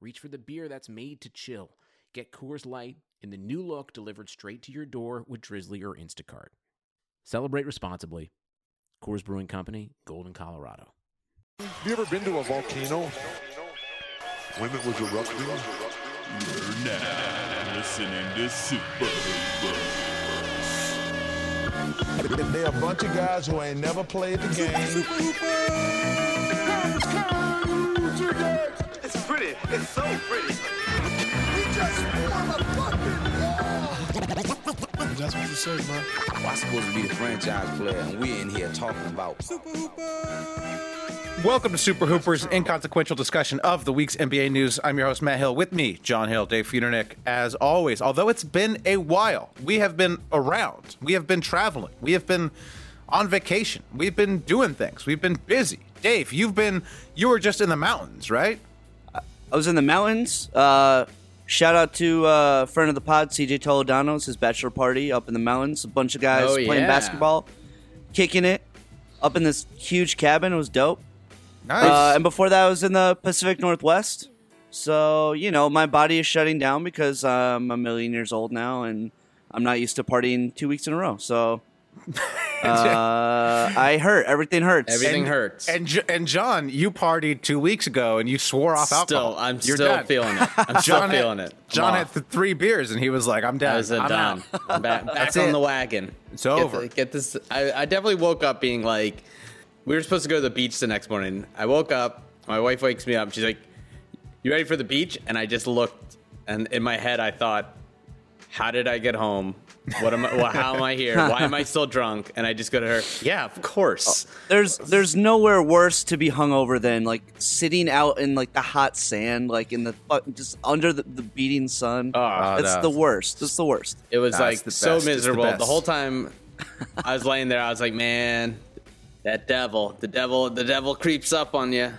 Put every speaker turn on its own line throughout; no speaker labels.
reach for the beer that's made to chill. Get Coors Light in the new look delivered straight to your door with Drizzly or Instacart. Celebrate responsibly. Coors Brewing Company, Golden, Colorado.
Have you ever been to a volcano?
When it was erupting,
You're now listening to Super Hoopers.
They're a bunch of guys who ain't never played the game.
It's pretty. It's so pretty.
I'm supposed to be the franchise player, and we're in here talking about
Welcome to Super Hooper's inconsequential discussion of the week's NBA news. I'm your host, Matt Hill. With me, John Hill, Dave Futernick, as always. Although it's been a while, we have been around, we have been traveling, we have been on vacation, we've been doing things, we've been busy. Dave, you've been, you were just in the mountains, right?
I was in the mountains. Uh, shout out to uh, friend of the pod, CJ Toledano. It's his bachelor party up in the mountains. A bunch of guys
Oh,
playing
yeah.
basketball, kicking it up in this huge cabin. It was dope.
Nice.
Uh, and before that, I was in the Pacific Northwest. So you know, my body is shutting down because I'm a million years old now, and I'm not used to partying two weeks in a row. So uh, I hurt. Everything hurts.
Everything hurts.
and, Jo- and John, you partied two weeks ago and you swore off alcohol.
still, I'm
You're
still
done.
feeling it. I'm still
had-
feeling it. I'm
John
off.
had th- three beers and he was like, I'm done.
I was a
I'm
done.
out.
I'm back, back
That's
on
it.
the wagon.
It's
Get
over.
the- Get, this. I, I definitely woke up being like, we were supposed to go to the beach the next morning. I woke up. My wife wakes me up. She's like, "You ready for the beach?" And I just looked, and in my head, I thought, "How did I get home? What am I? Well, how am I here? Why am I still drunk?" And I just go to her. Yeah, of course.
Oh.
There's there's nowhere worse to be hungover than like sitting out in like the hot sand, like in the fu- just under the, the beating sun.
Oh,
That's
no.
the worst. That's the worst.
It was
Nah, it's
like
the best.
so
It's the
miserable. The,
best.
whole time I was laying there, I was like, man, that devil, the devil, the devil creeps up on you.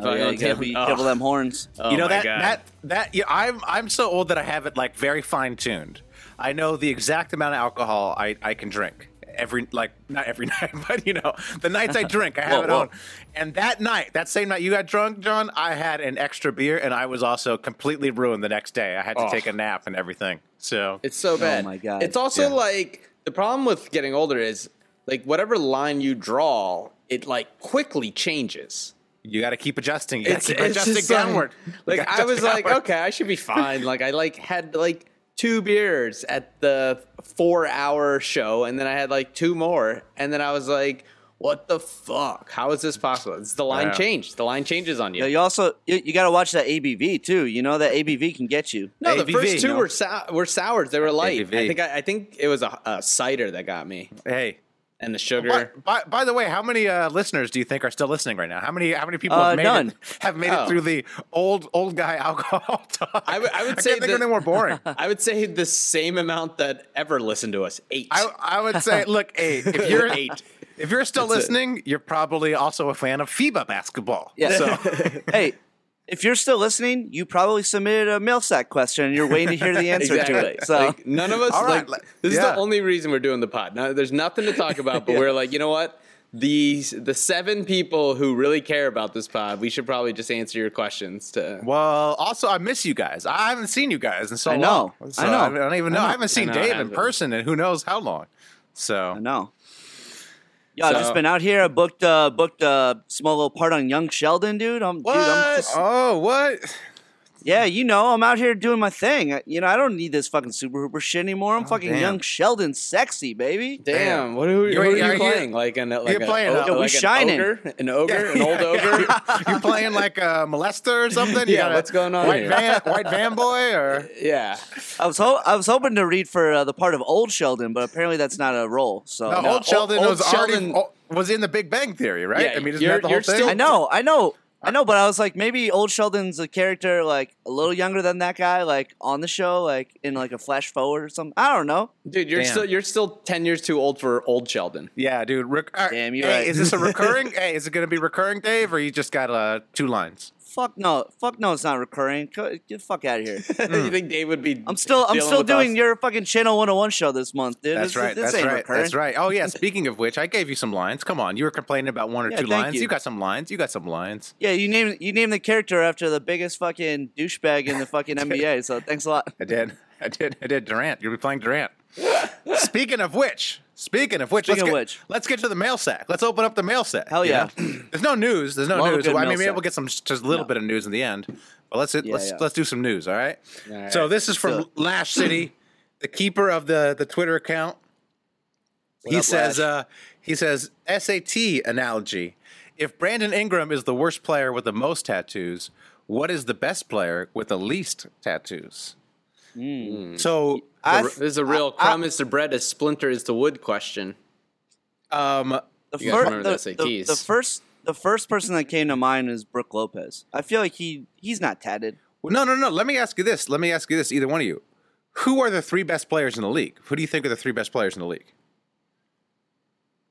Oh, yeah, you gotta be careful them horns.
Oh
you know that, that that yeah, I'm I'm so old that I have it like very fine tuned. I know the exact amount of alcohol I, I can drink every like not every night, but you know the nights I drink I have
Whoa,
it
whoa.
on. And that night, that same night you got drunk, John, I had an extra beer and I was also completely ruined the next day. I had to take a nap and everything. So
Oh. It's so bad.
my God.
It's also like the problem with getting older is like whatever line you draw, it like quickly changes.
you got to keep adjusting. You got to keep adjusting
just
downward.
Like,
You
like
gotta
I was
adjust
like,
downward.
okay, I should be fine. Like I like had like two beers at the four hour show, and then I had like two more, and then I was like, what the fuck? How is this possible? It's the line
Yeah.
changed. The line changes on you.
You, know, you also you, you gotta watch that ABV too. You know that ABV can get you.
no, the
ABV,
first two
you know?
were sou- were sours. They were light. I
ABV.
think I, I think it was a, a cider that got me,
Hey.
and the sugar.
What, by, by the way, how many uh, listeners do you think are still listening right now? How many how many people
Uh,
have made
none.
it, have made
Oh.
it through the old old guy alcohol talk?
I would- I would
can't
say
think of
that-
anything more boring. I,
I would say the same amount that ever listened to us. Eight.
I would say, look, hey, if you're
Eight.
if you're still
That's it.
listening, you're probably also a fan of FIBA basketball.
Yeah.
So
hey, if you're still listening, you probably submitted a mail sack question and you're waiting to hear the answer to it. So
Like, none of us
All right,
like
like-
this is
yeah.
the only reason we're doing the pod. Now, there's nothing to talk about, but we're like, you know what? These the seven people who really care about this pod, we should probably just answer your questions to
well, also I miss you guys. I haven't seen you guys in so
I know.
long.
I
So
know.
I don't even know. I, haven't seen
know, I
Dave in
haven't.
person in who knows how long.
I
So
know. Yeah, I've
So-
just been out here. I booked uh, booked a small little part on Young Sheldon, dude. I'm, dude, I'm just,
oh, what?
yeah, you know, I'm out here doing my thing. I, you know, I don't need this fucking Super Hooper shit anymore. I'm fucking
Oh, damn.
Young Sheldon, sexy baby.
Damn, what who, who
You're-
are you
you're- you're-
playing? Like an like
you're
a,
playing,
o-
uh,
like
we
an
shining.
ogre, an ogre, an old ogre.
you playing like a molester or something?
Yeah, what's going on
White
here?
van, white van boy, or
yeah,
I was ho- I was hoping to read for uh, the part of old Sheldon, but apparently that's not a role. So
no, old Sheldon
old
was
Sheldon-
already oh, was in the Big Bang Theory, right?
Yeah,
I mean, isn't
you're-
that the whole
you're
thing?
still-
I know, I know. I know, but I was like, maybe old Sheldon's a character like a little younger than that guy, like on the show, like in like a flash forward or something. I don't know.
Dude, you're
Damn.
still you're still ten years too old for old Sheldon.
Yeah, dude. Rec- all right,
Damn, you're
hey,
right.
Is this a recurring? hey, is it going to be recurring, Dave, or you just got uh, two lines?
Fuck no, fuck no, it's not recurring. Co- Get the fuck out of here.
you think Dave would be?
I'm still, I'm
dealing
still
with
doing
us?
your fucking Channel 101 show this month, dude.
That's
This-
right.
This
That's
ain't
right.
recurring.
That's right. Oh yeah. Speaking of which, I gave you some lines. Come on, you were complaining about one or
Yeah,
two
thank
lines.
you.
You got some lines. You got some lines.
Yeah, you name you name the character after the biggest fucking douchebag in the fucking NBA. So thanks a lot.
I did. I did. I did. Durant. You'll be playing Durant. speaking of which, speaking of which,
Speaking
let's
of
get,
which.
let's get to the mail sack. Let's open up the mail sack.
Hell
you
yeah.
know? There's no news. There's no
Love a
news.
good
Well, I
mail
mean, maybe we'll
sack.
get some just a little bit of news in the end. But let's let's
yeah.
let's do some news. All right.
right.
So this is from
So-
Lash City, the keeper of the the Twitter account. he
up,
says uh, he says SAT analogy. If Brandon Ingram is the worst player with the most tattoos, what is the best player with the least tattoos? So
I
This is a real crumb is to bread, as splinter is to wood question.
um
the,
You guys
fir-
remember
the,
the
the-
SATs.
the first the first person that came to mind is Brooke Lopez. I feel like he he's not tatted.
well, no no no let me ask you this. Let me ask you this either one of you. Who are the three best players in the league? Who do you think are the three best players in the league?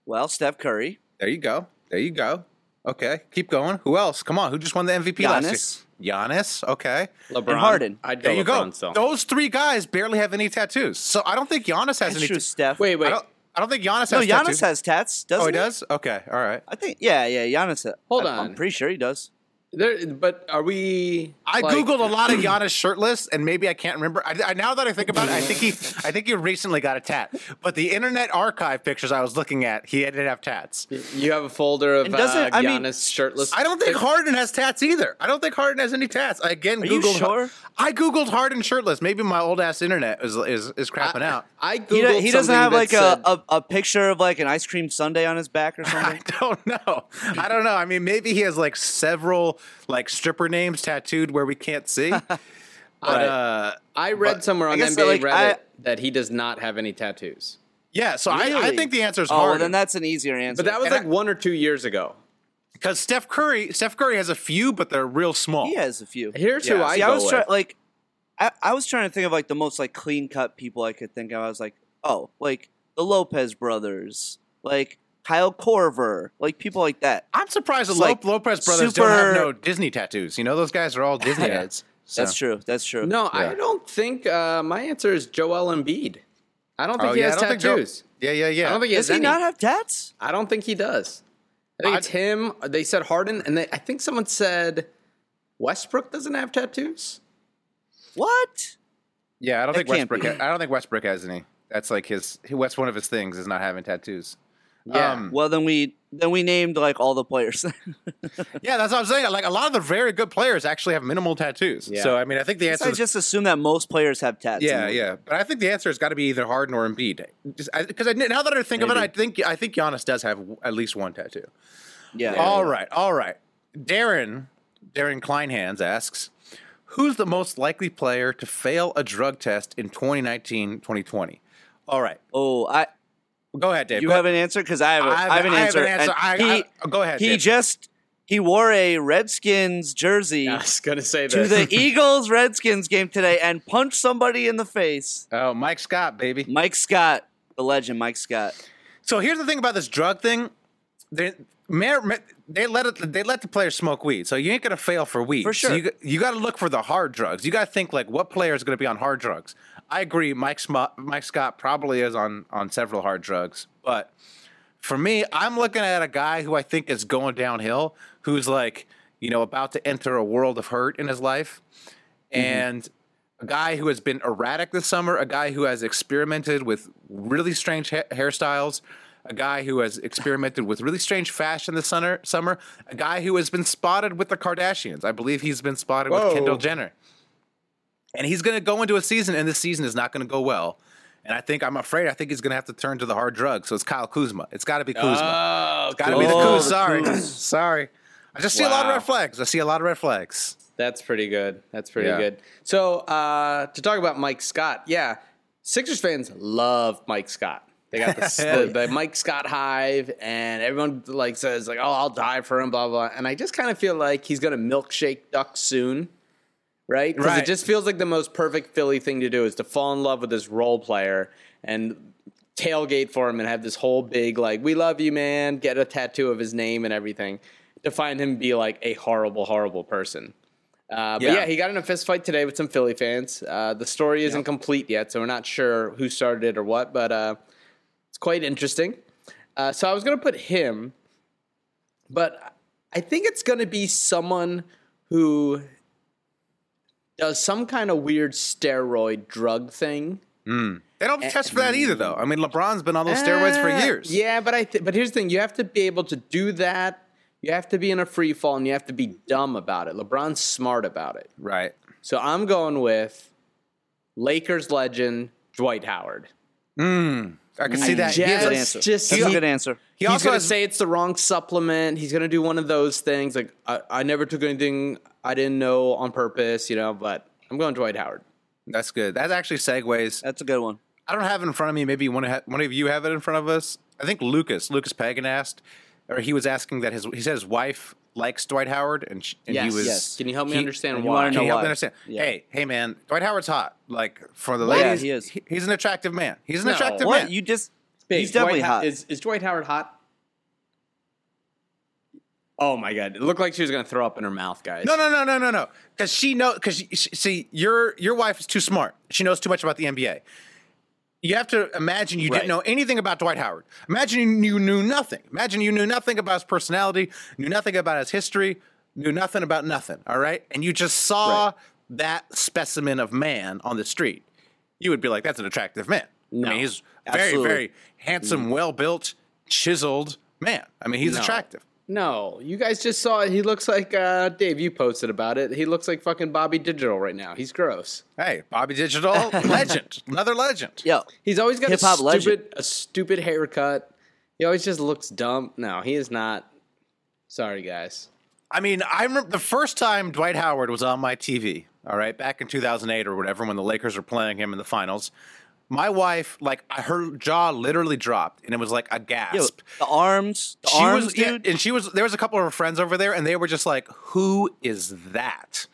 Well, Steph Curry,
There you go. There you go. Okay, keep going. Who else? Come on. Who just won the MVP last year? Giannis. Okay.
LeBron
Harden.
I'd go
There you
LeBron
go.
still.
Those three guys barely have any tattoos. So I don't think Giannis has
that's
any.
true.
tattoos.
Steph.
Wait,
I
wait.
don't. I don't think Giannis
no,
has.
Giannis
tattoos.
has tats. Doesn't
Oh, he does. Okay. All right.
I think. Yeah, yeah. Giannis. ha-
Hold
I-
on.
I'm pretty sure he does.
There, but are we?
I
like-
googled a lot of Giannis shirtless, and maybe I can't remember. I, I, now that I think about it, I think he, I think he recently got a tat. But the Internet Archive pictures I was looking at, he didn't have tats.
You have a folder of
And
uh,
doesn't-
Giannis
I mean-
shirtless.
I don't think Harden has tats either. I don't think Harden has any tats. I again
Are you
googled.
sure?
I googled Harden shirtless. Maybe my old ass internet is is, is crapping out.
I
He,
googled.
do- he doesn't
something
have
that
like
said-
a, a a picture of like an ice cream sundae on his back or
I
something.
don't know. I don't know. I mean, maybe he has like several like stripper names tattooed where we can't see. But uh,
I read somewhere on
guess
NBA
that, like,
Reddit
I-
that he does not have any tattoos.
yeah, so I, I
Really?
think the answer is
oh, well,
Harden.
then that's an easier answer.
But that was
And
like
I-
one or two years ago.
Because Steph Curry, Steph Curry has a few, but they're real small.
he has a few.
Here's who
Yeah.
I
See,
go
I was
with.
trying like, I, I was trying to think of like the most like clean cut people I could think of. I was like, oh, like the Lopez brothers, like Kyle Corver, like people like that.
I'm surprised the
It's
Lo-
like
Lopez brothers don't have
super-
no Disney tattoos. You know, those guys are all Disney heads. So-
That's true. That's true.
no,
Yeah.
I don't think uh, my answer is Joel Embiid. I don't think
Oh,
he
yeah,
has
I don't think
tattoos.
Joe- yeah, yeah, yeah.
I don't think he has
does he
any.
not have tats?
I don't think he does. I think it's him. They said Harden, and they, I think someone said Westbrook doesn't have tattoos.
What?
yeah, I don't think
That can't
Westbrook.
be.
Ha- I don't think Westbrook has any. That's like his. That's one of his things is not having tattoos.
Yeah.
Um,
Well, then we then we named like all the players.
yeah, that's what I'm saying. Like a lot of the very good players actually have minimal tattoos.
Yeah.
So I mean, I think the answer
I
is
just assume that most players have tats.
yeah, yeah. But I think the answer has got to be either Harden or Embiid. Just because I, now that I think of it, I
Maybe.
think I think Giannis does have w- at least one tattoo.
yeah.
All right, all right. Darren, Darren Kleinhands asks, who's the most likely player to fail a drug test in 2019, 2020? All right,
Oh, I
go ahead, Dave.
you
Go-
have an answer because I have, a, I have an answer. and
I,
he,
I- go ahead.
he
Dave.
just he wore a Redskins jersey.
I was gonna say
to
this.
the Eagles Redskins game today and punch somebody in the face.
oh, Mike Scott, baby.
Mike Scott, the legend, Mike Scott.
So here's the thing about this drug thing. They, mayor, ma- they let it, they let the players smoke weed, so you ain't gonna fail for weed.
For
So
sure.
you you got to look for the hard drugs. You got to think like what player is gonna be on hard drugs. I agree. Mike Smo- Mike Scott probably is on on several hard drugs, but for me, I'm looking at a guy who I think is going downhill, who's like you know about to enter a world of hurt in his life,
Mm-hmm.
and a guy who has been erratic this summer, a guy who has experimented with really strange ha- hairstyles, a guy who has experimented with really strange fashion this summer, summer, a guy who has been spotted with the Kardashians. I believe he's been spotted with Kendall Jenner. And he's going to go into a season, and this season is not going to go well. And I think I'm afraid I think he's going to have to turn to the hard drug. So it's Kyle Kuzma. It's got to be Kuzma. it's got to be the
Kuzma.
Kuz.
Oh, the
Sorry,
Kuz.
sorry. I just see a lot of
Wow.
red flags. I see a lot of red flags.
That's pretty good. That's pretty
Yeah.
good. So uh, to talk about Mike Scott, yeah, Sixers fans love Mike Scott. They got the, the, the Mike Scott Hive, and everyone like says like, "Oh, I'll die for him," blah blah. And I just kind of feel like he's gonna milkshake Duck soon, right? Because
Right.
it just feels like the most perfect Philly thing to do is to fall in love with this role player and tailgate for him and have this whole big like, "We love you, man." Get a tattoo of his name and everything to find him be like a horrible, horrible person. Uh,
Yeah.
But yeah, he got in a fist fight today with some Philly fans. Uh, the story isn't complete yet, so we're not sure who started it or what, but uh, it's quite interesting. Uh, so I was going to put him, but I think it's going to be someone who does some kind of weird steroid drug thing.
They don't test for that either, though. I mean, LeBron's been on those steroids for
Ah,
years.
Yeah, but I th- but here's the thing: you have to be able to do that. You have to be in a free fall, and you have to be dumb about it. LeBron's smart about it.
Right.
So I'm going with Lakers legend Dwight Howard.
I can see that. He has
Jazz-
Good
a-
answer.
just-
That's a
he-
good answer.
he
He's
also
gonna
has-
say it's the wrong supplement. He's gonna do one of those things like I, I never took anything I didn't know on purpose, you know. But I'm going Dwight Howard.
That's good. That actually segues.
That's a good one.
I don't have it in front of me. Maybe one, ha- one of you have it in front of us. I think Lucas, Lucas Pagan asked, or he was asking that his, he said his wife likes Dwight Howard, and, sh and
Yes.
he was.
Yes.
Can you help me
he-
understand
you
why?
wanna
Can
know
you help
why.
me understand?
Yeah.
Hey, hey, man, Dwight Howard's hot. Like for the
Yeah,
ladies,
he is.
he's an attractive man. He's an
No.
attractive
What
man.
you just?
Big.
He's definitely
Dwight Ho-
hot.
Is, is Dwight Howard hot? Oh my god! It looked like she was gonna throw up in her mouth, guys.
No, no, no, no, no, no. Because she knows. Because see, your your wife is too smart. She knows too much about the NBA. You have to imagine you
Right.
didn't know anything about Dwight Howard. Imagine you knew nothing. Imagine you knew nothing about his personality, knew nothing about his history, knew nothing about nothing. All right, and you just saw that specimen of man on the street. You would be like, "That's an attractive man." I mean, he's very,
absolutely.
very handsome, well built, chiseled man. I mean, he's attractive.
No, you guys just saw it. He looks like uh, Dave. You posted about it. He looks like fucking Bobby Digital right now. He's gross.
Hey, Bobby Digital, legend, another legend.
Yo,
He's always got a
Hip-hop
stupid,
legend.
a stupid haircut. He always just looks dumb. No, he is not. Sorry, guys.
I mean, I remember the first time Dwight Howard was on my TV, all right, back in 2008 or whatever, when the Lakers were playing him in the finals. My wife, like, I- her jaw literally dropped, and it was like a gasp.
yo, the arms, the
she
arms,
was, yeah,
dude.
and she was. There was a couple of her friends over there, and they were just like, "Who is that?"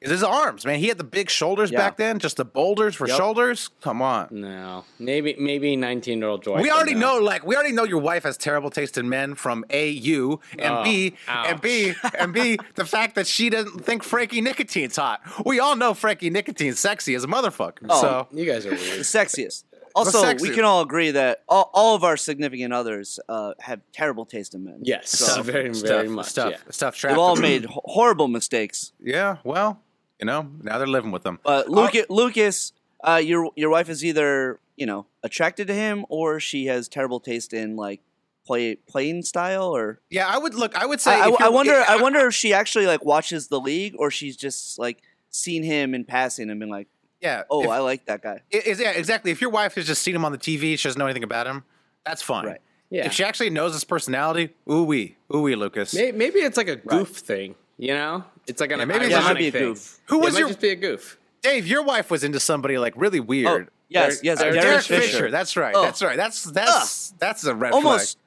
Is his arms, man? He had the big shoulders back then, just the boulders for shoulders. Come on.
No, maybe maybe nineteen year old Dwight.
We
would
already know, like, we already know your wife has terrible taste in men from A, you, and B, and B, and B, the fact that she doesn't think Frankie Nicotine's hot. We all know Frankie Nicotine's sexy as a motherfucker.
Oh,
So,
You guys are weird.
the sexiest. Also, we
sexiest.
can all agree that all, all of our significant others uh, have terrible taste in men.
Yes,
So,
very
stuff,
very much.
stuff,
yeah.
stuff,
they've
traffic.
all made h- horrible mistakes.
yeah, well, you know, now they're living with them.
But Lucas, Lucas, uh, your your wife is either you know attracted to him or she has terrible taste in like play playing style or.
yeah, I would look, I would say,
I,
if
I- I
you're-
wonder. I wonder if she actually like watches the league or she's just like seen him in passing and been like,
yeah,
"Oh,
if-
I like that guy."
It- it's- yeah, exactly. If your wife has just seen him on the TV, she doesn't know anything about him. That's fine.
Right.
Yeah.
If she actually knows his personality, ooh wee, ooh wee, Lucas.
May- Maybe, it's like a goof thing. You know, it's like an
Yeah, maybe
ironic
that might
be a
thing.
goof.
Who
It
was
might
your-
just be a goof.
Dave? Your wife was into somebody like really
Oh,
weird.
yes, yes,
Derek-
Derek,
Derek
Fisher.
Fisher. That's right.
Oh.
That's right. That's that's that's a red
Almost,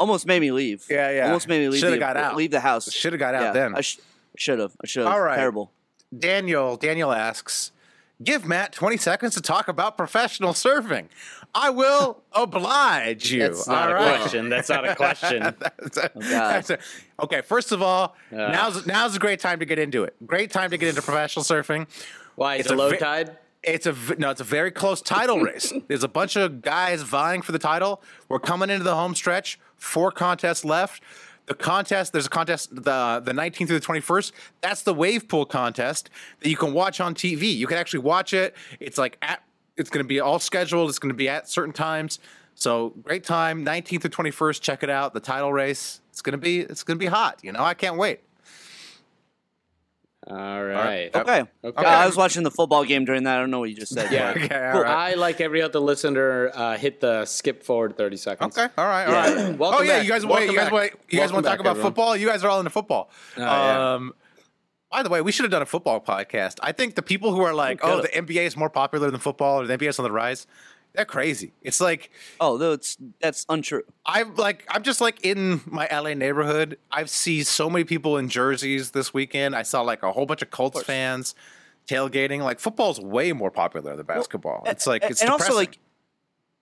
almost made me leave.
Yeah, yeah.
Almost made me leave.
Shoulda
the,
got out.
Leave the house.
Shoulda got out then.
I sh- should have. I should have.
All right.
Terrible.
flag. Daniel Daniel asks, "Give Matt twenty seconds to talk about professional surfing." I will oblige you.
That's
All
not a
right.
question. That's not a question.
That's a-
God.
that's a- okay, first of all, now's now's a great time to get into it. Great time to get into professional surfing.
Why? It's,
It's
a
a
low
ve-
tide.
It's a v- no. It's a very close title race. There's a bunch of guys vying for the title. We're coming into the home stretch. Four contests left. The contest. There's a contest the the 19th through the 21st. That's the wave pool contest that you can watch on TV. You can actually watch it. It's like at. It's going to be all scheduled. It's going to be at certain times. So great time. 19th through 21st. Check it out. The title race. It's going to be. It's going to be hot. You know. I can't wait.
All right.
Okay. Uh,
Okay.
I was watching the football game during that. I don't know what you just said.
Yeah.
Okay. All
Cool.
right.
I, like every other listener, uh, hit the skip forward 30 seconds.
Okay. All right. All right.
Welcome
oh yeah,
back.
you guys. Wait,
Welcome
you guys.
back.
Wait, you guys
Welcome
want to
back,
talk about
everyone.
football? You guys are all into football.
yeah.
um, by the way, we should have done a football podcast. I think the people who are like, "Oh, the NBA is more popular than football," or "The NBA is on the rise," They're crazy. It's like
Oh, no, it's that's untrue.
I'm like I'm just like in my LA neighborhood. I've seen so many people in jerseys this weekend. I saw like a whole bunch of Colts fans tailgating. Like football's way more popular than basketball. it's like
A-
it's
and
depressing.
also like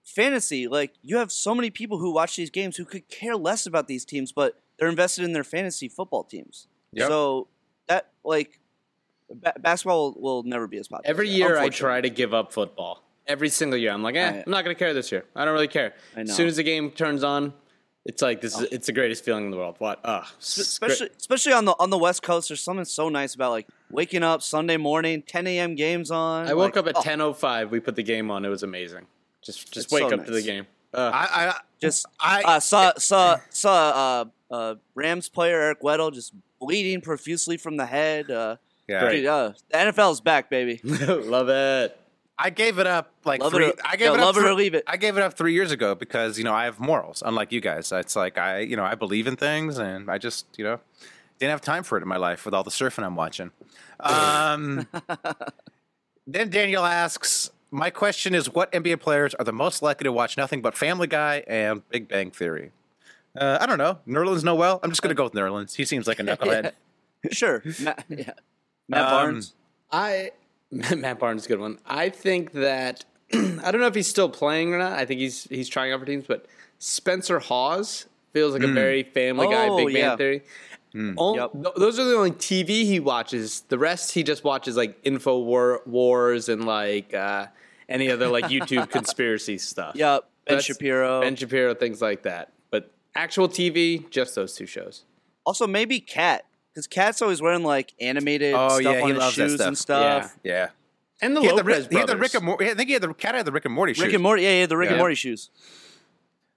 fantasy. Like you have so many people who watch these games who could care less about these teams, but they're invested in their fantasy football teams.
Yep.
So that like ba- basketball will, will never be as popular.
Every year I
unfortunately.
try to give up football. Every single year I'm like, eh,
I-
I'm not gonna care this year. I don't really care.
I know.
As soon as the game turns on, it's like
Oh.
this is it's the greatest feeling in the world. What? Ugh. it's great.
especially especially on the on the West Coast. There's something so nice about like waking up Sunday morning, 10 a.m. games on.
I
like,
woke up at
oh,
10:05. We put the game on. It was amazing. Just just
It's
wake
so
up to the
nice.
game. Ugh.
I, I
Just
I
uh, saw saw saw uh, uh, Rams player Eric Weddle just bleeding profusely from the head. Uh,
yeah.
dude, uh, the NFL is back, baby.
Love it.
I gave it up like
Love it
three.
or-
I gave
yeah,
it up
love it or
three-
leave it.
I gave it up three years ago because you know I have morals, unlike you guys. It's like I, you know, I believe in things, and I just, you know, didn't have time for it in my life with all the surfing I'm watching. Um, then Daniel asks, "My question is, what NBA players are the most likely to watch nothing but Family Guy and Big Bang Theory?" Uh, I don't know. Nerlens Noel. I'm just gonna go with Nerlens. He seems like a knucklehead.
Sure, Matt, yeah. Matt
Um,
Barnes.
I Matt Barnes is a good one. I think that I don't know if he's still playing or not. I think he's he's trying out for teams, but Spencer Hawes feels like a very Family Guy,
Hmm. Oh,
Big Bang
yeah.
Theory.
hmm.
All-
Yep.
th- those are the only TV he watches. The rest he just watches like Info War, Wars and like uh, any other like YouTube conspiracy stuff.
Yep, Ben
That's-
Shapiro.
Ben Shapiro, things like that. But actual TV, just those two shows.
Also, maybe Cat, because Cat's always wearing like animated
Oh,
stuff
yeah, he
on his
loves that
shoes and
stuff.
stuff.
yeah.
And the
He had the,
Lopez
Rick- he had the
brothers.
Rick and Morty. I think he had the cat had the Rick and Morty.
Rick
shoes.
and Morty, yeah, yeah, the Rick and
Yeah.
Morty shoes.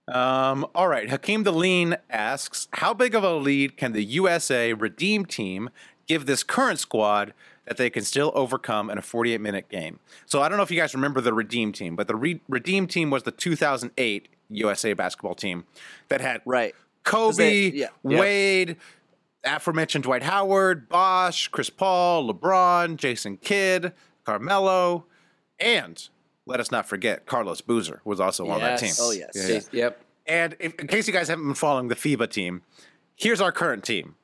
Um, all right. Hakeem Deline asks, how big of a lead can the USA Redeem Team give this current squad that they can still overcome in a 48 minute game? So I don't know if you guys remember the Redeem Team, but the Re- Redeem Team was the 2008 USA basketball team that had
Right.
Kobe,
they- yeah. Yeah.
Wade, aforementioned Dwight Howard, Bosch, Chris Paul, LeBron, Jason Kidd, Carmelo, and let us not forget Carlos Boozer was also on that
Yes.
team.
Oh yes.
Yeah,
Yeah. Yep.
And if, in case you guys haven't been following the FIBA team, here's our current team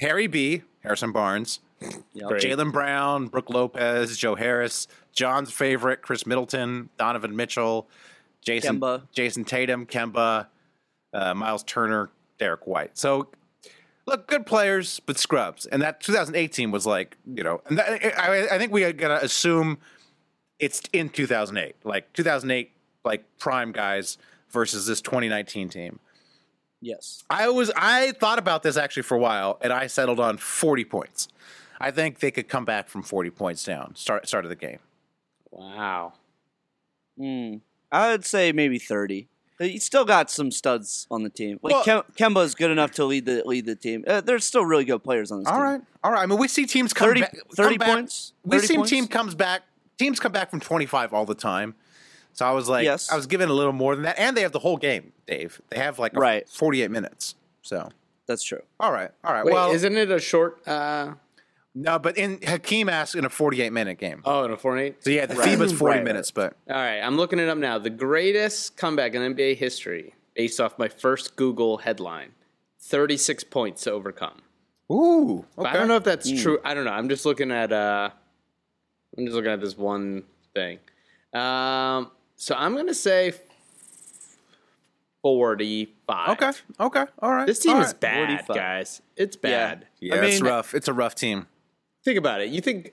Harry B., Harrison Barnes,
Great.
Jalen Brown, Brooke Lopez, Joe Harris, John's favorite, Chris Middleton, Donovan Mitchell, Jason,
Kemba.
Jason Tatum, Kemba, uh, Miles Turner, Derek White. So, look, good players, but scrubs. And that 2018 was like, you know, and that, I, I think we got to assume it's in 2008, like 2008, like prime guys versus this 2019 team.
Yes.
I was I thought about this actually for a while, and I settled on forty points. I think they could come back from forty points down. Start start of the game.
Wow.
Mm. I would say maybe thirty. But You still got some studs on the team. Like
Well-
Kem- Kemba is good enough to lead the lead the team. Uh, there's still really good players on this
All
team.
right, all right. I mean, we see teams come
30
back. come
30
back-
points?
We've
30
seen
points?
team comes back. Teams come back from twenty five all the time. So I was like,
Yes.
I was given a little more than that, and they have the whole game, Dave. They have like a
Right.
forty eight minutes. So
That's true.
all right, all right.
Wait,
well,
isn't it a short? Uh,
no, but in Hakeem asked in a forty eight minute game.
oh, and a four and eight.
so yeah, the FIBA's forty
Right.
minutes, but
All right, I'm looking it up now. The greatest comeback in NBA history, based off my first Google headline, 36 points to overcome.
ooh,
But I don't know if that's
Hmm.
true. I don't know. I'm just looking at uh, I'm just looking at this one thing. Um, so I'm gonna say 45.
Okay, okay, all right.
This team
all
is
right.
bad,
45.
guys. It's bad.
Yeah,
I
it's
mean,
rough. It's a rough team.
think about it. You think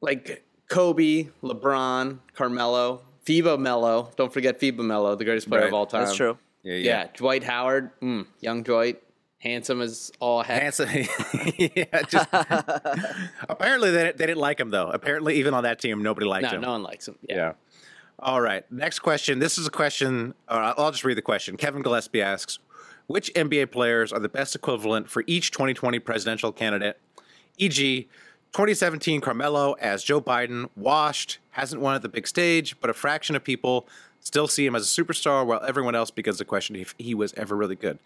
like Kobe, LeBron, Carmelo, FIBA Mello. Don't forget FIBA Mello, the greatest player
Right.
of all time.
That's true.
Yeah,
Yeah, Dwight Howard, mm, young Dwight, handsome as all heck.
Handsome. yeah, just, apparently they, they didn't like him though. Apparently, even on that team, nobody liked
No,
him.
no one likes him. Yeah.
Yeah. All right. Next question. This is a question. Uh, I'll just read the question. Kevin Gillespie asks, "Which NBA players are the best equivalent for each 2020 presidential candidate? E E.g., 2017 Carmelo as Joe Biden, washed, hasn't won at the big stage, but a fraction of people still see him as a superstar, while everyone else begins to question if he was ever really good."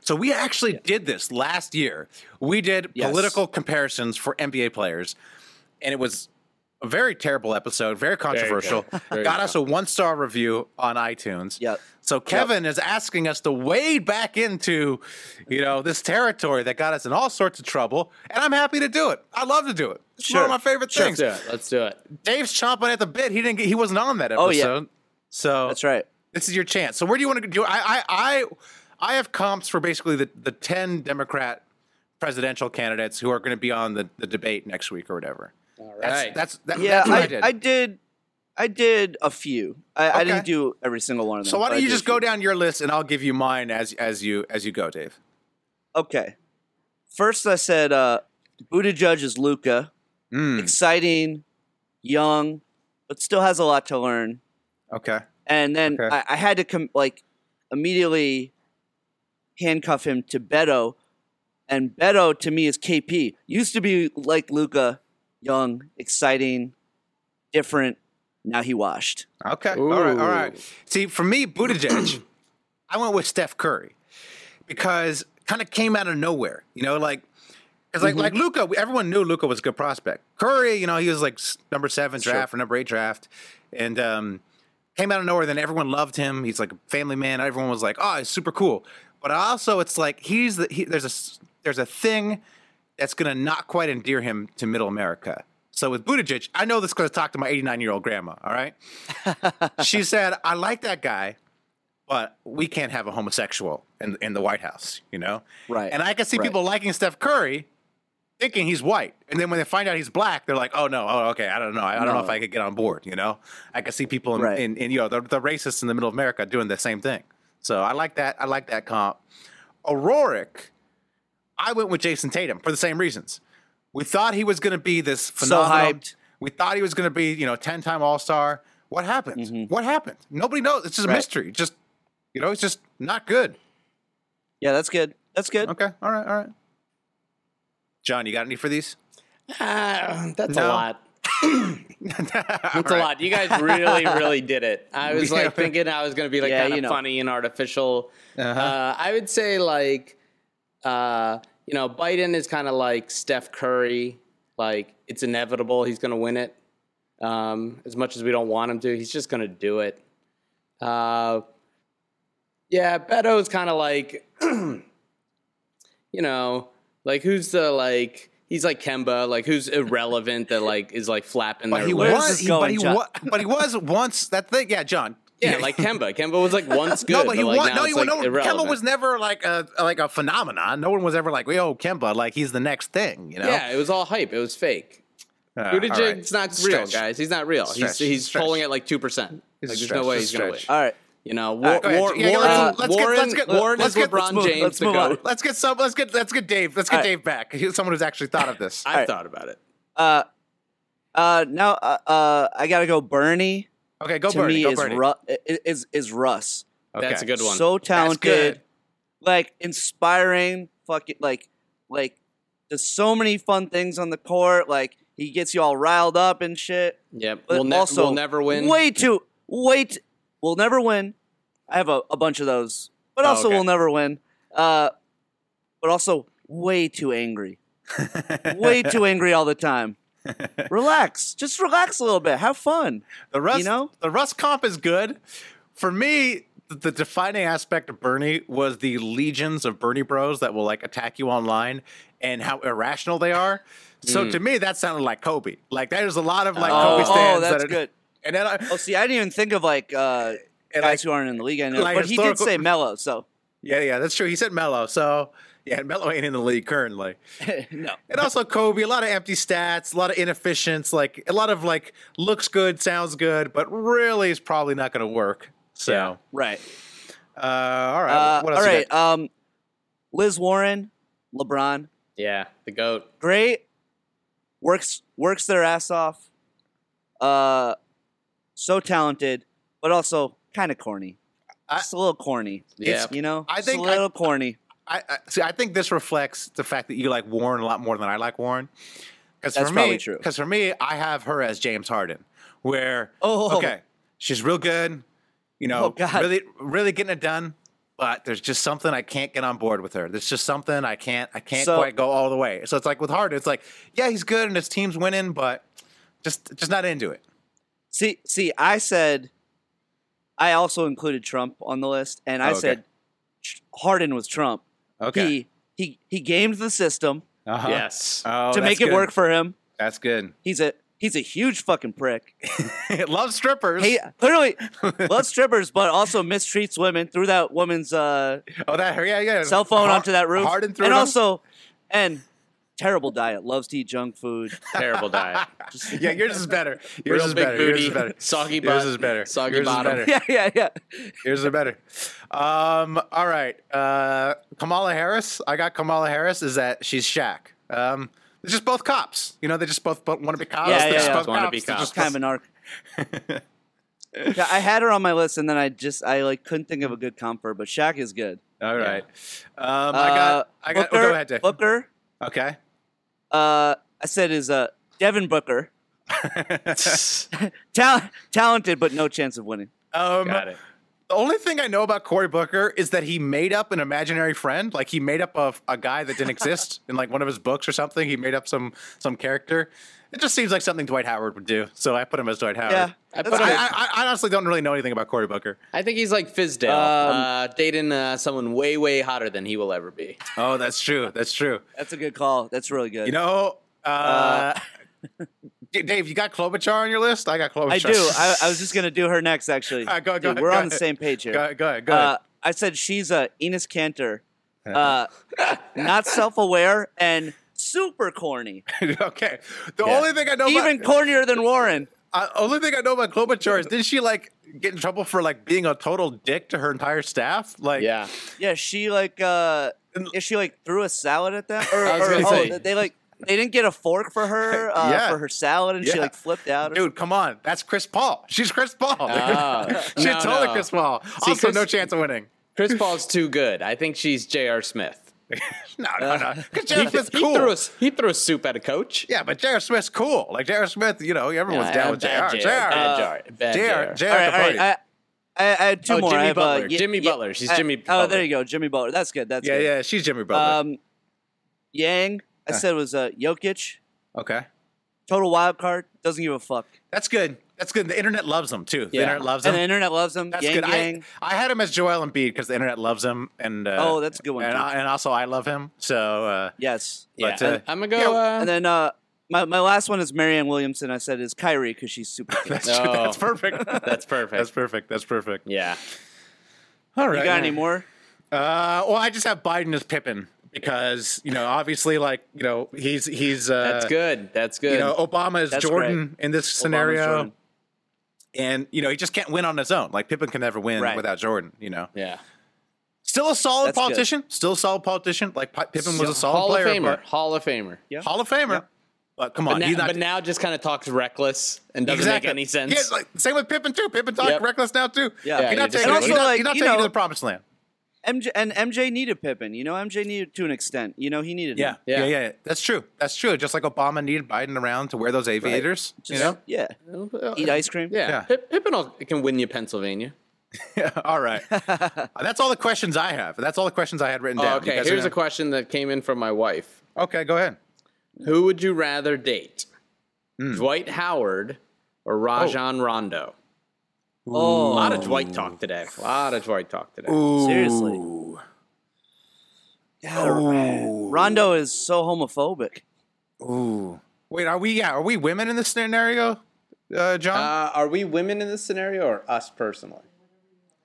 So we actually did this last year. We did
Yes.
political comparisons for NBA players, and it was a very terrible episode, very controversial.
Very
Got us a one star review on iTunes.
Yep.
So Kevin is asking us to wade back into, you know, this territory that got us in all sorts of trouble, and I'm happy to do it. I love to do it. It's one
Sure.
of my favorite things.
Let's do it. Let's do it.
Dave's chomping at the bit. He didn't. Get, he wasn't on that episode.
Oh, yeah.
So
That's right.
This is your chance. So where do you want to do? I I I, I have comps for basically the, the ten Democrat presidential candidates who are going to be on the, the debate next week or whatever. All
right.
That's, that's that,
Yeah,
that's what I,
I,
did.
I did. I did a few. I, I
Okay.
didn't do every single one of them.
so why
but
don't
I
you
did a
just go
few.
down your list and I'll give you mine as as you as you go, Dave.
Okay. First, I said uh, Buddha Judge is Luca.
Mm,
Exciting, young, but still has a lot to learn.
okay.
And then
Okay.
I, I had to com- like immediately handcuff him to Beto, and Beto to me is KP. Used to be like Luca, young, exciting, different. Now he washed.
Okay. All right. All right. See, for me, Buttigieg, I went with Steph Curry because kind of came out of nowhere. You know, like it's like like Luca. Everyone knew Luca was a good prospect. Curry, you know, he was like s- number seven draft or number eight draft, and um, came out of nowhere. Then everyone loved him. He's like a family man. Everyone was like, "Oh, he's super cool." But also, it's like he's the he, there's a s- there's a thing that's gonna not quite endear him to Middle America. So with Buttigieg, I know this because I talked to my 89 year old grandma. All right, she said, "I like that guy, but we can't have a homosexual in in the White House." You know,
Right,
And I can see
right.
people liking Steph Curry, thinking he's white, and then when they find out he's black, they're like, "Oh no, oh okay, I don't know, I, I don't know if I could get on board." You know, I can see people in,
Right.
in, in you know the, the racists in the middle of America doing the same thing. So I like that. I like that comp. Auroric, I went with Jason Tatum for the same reasons. We thought he was going to be this phenomenal.
hyped.
We thought he was going to be, you know, ten-time All-Star. What happened? What happened? Nobody knows. It's just a
Mm-hmm. Right.
mystery. Just, you know, it's just not good.
Yeah, that's good. That's good.
Okay. All right. All right. John, you got any for these?
Ah, that's
No.
a lot.
That's
That's a lot. You guys really, really did it. I was
Yeah.
like thinking I was going to be like
Yeah,
kind of
you know.
funny and artificial. uh I would say like, uh, you know, Biden is kind of like Steph Curry. Like it's inevitable he's going to win it. Um, as much as we don't want him to, he's just going to do it. Uh, yeah, Beto's kind of like, you know, like who's the like. He's like Kemba, like who's irrelevant that like is like flapping.
But
their
he
lips.
is
was.
this
he-
going,
but he
John?
was. But he was once that thing. Yeah, John.
Yeah, like Kemba. Kemba was like once good.
no, but he
like,
was.
now
No, he
it's, like,
no. Kemba
irrelevant.
was never like a like a phenomenon. No one was ever like, "Yo, Kemba, like he's the next thing." You know.
Yeah, it was all hype. It was fake.
Uh, all
Buttigieg's
right.
not real,
Stretch.
guys. He's not real.
Stretch.
He's he's
Stretch.
polling at like two percent. Like,
It's a
there's
stretch.
no way
It's
he's
a
gonna win.
stretch.
All right.
You know, War,
All right, go ahead.
War,
Yeah, yeah,
Warren,
let's- let's get-
Warren,
let's get-
Warren
let's
is
get- let's
LeBron
move-
James.
let's
to
move
go.
on.
Let's get some. Let's get. Let's get Dave. Let's get
All right.
Dave back. He's someone who's actually thought of this.
I've
All right.
thought about it.
Uh, uh, now uh, uh, I gotta go. Bernie
Okay, go
to
Bernie.
me
go
is,
Bernie.
Ru- is is is Russ.
Okay.
That's a good one.
So
good.
talented, like inspiring. Fucking like like does so many fun things on the court. Like he gets you all riled up and shit.
yeah,
But
we'll, ne-
also
we'll never win.
Way too wait. We'll never win. I have a, a bunch of those, but
Oh,
also
okay.
we'll never win. Uh, but also way too angry. way too angry all the time. Relax. Just relax a little bit. Have fun.
The Rust,
You know?
the Rust comp is good. For me, the, the defining aspect of Bernie was the legions of Bernie Bros that will like attack you online and how irrational they are. So to me, that sounded like Kobe. Like there's a lot of like
Mm. Oh,
Kobe
oh,
stands.
that's
that are,
good.
And then I,
Oh, see, I didn't even think of like uh,
And,
guys
like-
who aren't in the league. I know,
like,
but he did
historical-
say Mello. So
yeah, yeah, that's true. He said Mello. So yeah, Mello ain't in the league currently.
no,
And also Kobe, a lot of empty stats, a lot of inefficiency, like a lot of like looks good, sounds good, but really is probably not going to work. So
right.
uh, all right,
Uh,
what
all
else you got?
right. Um, Liz Warren, LeBron,
yeah, the goat.
great. Works works their ass off. Uh, so talented, but also kind of corny.
I-
Just a little corny.
Yeah.
you know,
I
Just
think
a
I-
little corny.
I, I see. I think this reflects the fact that you like Warren a lot more than I like Warren. Because
That's
for me,
probably true.
Because for me, I have her as James Harden, where
Oh.
okay, she's real good, you know,
Oh, God.
really, really getting it done. But there's just something I can't get on board with her. There's just something I can't, I can't
So-
quite go all the way. So it's like with Harden, it's like, yeah, he's good and his team's winning, but Just just not into it.
See, see, I said, I also included Trump on the list, and I
Oh, okay.
said Tr- Harden was Trump.
Okay.
He he he gamed the system
Uh-huh.
Yes.
Oh,
to
that's
make it
good.
work for him.
That's good.
He's a he's a huge fucking prick.
Love strippers.
He clearly loves strippers, but also mistreats women. Threw that woman's uh,
oh, that yeah yeah.
cell phone
Har-
onto that roof,
Harden through
and also and terrible diet. Loves to eat junk food.
Terrible diet.
yeah, yours is better. Yours
Real
is
big
better. Yours
booty,
is better.
soggy
Yours
butt,
is better.
soggy
yours
bottom.
Is better.
Yeah, yeah, yeah.
Yours are better. Um, all right. Uh, Kamala Harris. I got Kamala Harris. Is that she's Shaq? Um, they're just both cops. You know, they just both want to be cops.
Yeah,
They're
yeah,
just
yeah.
both
Wanna be
They're
cops.
just
Kind of an arc. yeah, I had her on my list, and then I just I like couldn't think of a good comp for her, but Shaq is good.
All right. Um, I got. I got.
Uh, Booker,
oh, go ahead, Dave.
Booker.
Okay.
Uh, I said is uh Devin Booker. Tal- talented, but no chance of winning.
Um,
Got it.
The only thing I know about Cory Booker is that he made up an imaginary friend. Like he made up a, a guy that didn't exist in like one of his books or something. He made up some some character. It just seems like something Dwight Howard would do. So I put him as Dwight Howard.
Yeah,
I
that's
put
But I,
him-
good.
I, I honestly don't really know anything about Cory Booker.
I think he's like Fizdale,
Um,
uh, dating uh, someone way, way hotter than he will ever be.
Oh, that's true. That's true.
that's a good call. That's really good.
You know, uh, D- Dave, you got Klobuchar on your list. I got Klobuchar.
I do. I, I was just gonna do her next, actually.
All right, go- go
Dude,
ahead,
we're
go
on the
ahead.
same page here.
Go ahead, go ahead, go
Uh, I said she's a Enos Cantor, uh, not self-aware and super corny,
ahead. okay. The only thing I know
even
about,
cornier than Warren.
Uh, only thing I know about Klobuchar is did she like get in trouble for like being a total dick to her entire staff? Like,
Yeah.
Yeah, she like uh is she like threw a salad at them? Or,
I was
or-
gonna
oh,
say.
they like they didn't get a fork for her uh,
Yeah.
for her salad, and she
Yeah.
like flipped out. or
dude, come on, that's Chris Paul. She's Chris Paul.
Oh,
She's
no,
totally
no.
Chris Paul.
See,
also,
Chris-
no chance of winning.
Chris Paul's too good. I think she's J.R. Smith.
No, no, no. Because
Uh, He,
J.R. Smith's
he threw
cool.
a, he threw a soup at a coach.
Yeah, but J.R. Smith's cool. Like J.R. Smith, you know, everyone's
Yeah, uh,
down with J.R.
bad
J.R.
Bad
J.R.
J.R. Bad
J.R.
J.R.
All
at
right, all
the
right.
uh,
party.
I, I, I had two
Oh,
more.
Jimmy
I have,
Butler.
Uh, Ye-
Jimmy
Ye-
Butler. She's
I-
Jimmy
Oh,
Butler.
there you go, Jimmy Butler. That's good. That's
Yeah,
good.
yeah, she's Jimmy Butler.
Um, Yang, I said was uh, Jokic,
okay,
total wild card, doesn't give a fuck,
that's good. That's good. The internet loves him too. The
Yeah.
internet loves him.
and the internet loves him.
That's
Yang
good.
Yang.
I, I had him as Joel Embiid because the internet loves him, and uh,
Oh, that's a good one,
And,
too.
I- and also, I love him. So, uh,
yes.
Yeah.
but, uh,
I'm gonna go.
yeah,
uh,
And then uh, my my last one is Marianne Williamson. I said is Kyrie because she's super. cute.
that's,
No.
that's perfect.
Oh, that's perfect.
That's perfect. That's perfect.
yeah.
All right.
You got any more?
Uh, well, I just have Biden as Pippin because you know, obviously, like you know, he's he's uh,
That's good. That's good.
You know, Obama is
That's
Jordan in this
Obama's
scenario,
Jordan.
and you know, he just can't win on his own. Like Pippin can never win
Right.
without Jordan. You know,
yeah.
still a solid
That's good.
politician. Still a solid politician. Like Pi- Pippin was a solid
Hall
player.
of Famer.
but-
Hall of Famer. Yeah.
Hall of Famer. But come on,
But, now,
he's not.
but now just kind of talks reckless and doesn't make any sense.
Yeah, like, same with Pippen too. Pippen talked
Yep.
reckless now too. he's
Yeah.
Yeah,
not
he just-
taking.
And
it-
also,
he's not,
like,
he's not
you
taking it
know-
to the promised land.
MJ and MJ needed Pippen. You know, MJ needed to an extent. You know, he needed. him.
yeah,
Yeah.
yeah, yeah. That's true. That's true. Just like Obama needed Biden around to wear those aviators. You know.
Yeah. Eat ice cream.
Yeah.
Yeah.
Pip- Pippen will- can win you Pennsylvania.
all right. that's all the questions I have. That's all the questions I had written down.
Oh,
You
okay.
guys
Here's
are-
a question that came in from my wife.
Okay, go ahead.
Who would you rather date, Dwight Howard or Rajon Rondo?
Oh,
A lot of Dwight talk today. A lot of Dwight talk today.
seriously. Rondo is so homophobic.
Ooh. Wait, are we? Yeah, are we women in this scenario, uh, John?
Uh, are we women in this scenario or us personally?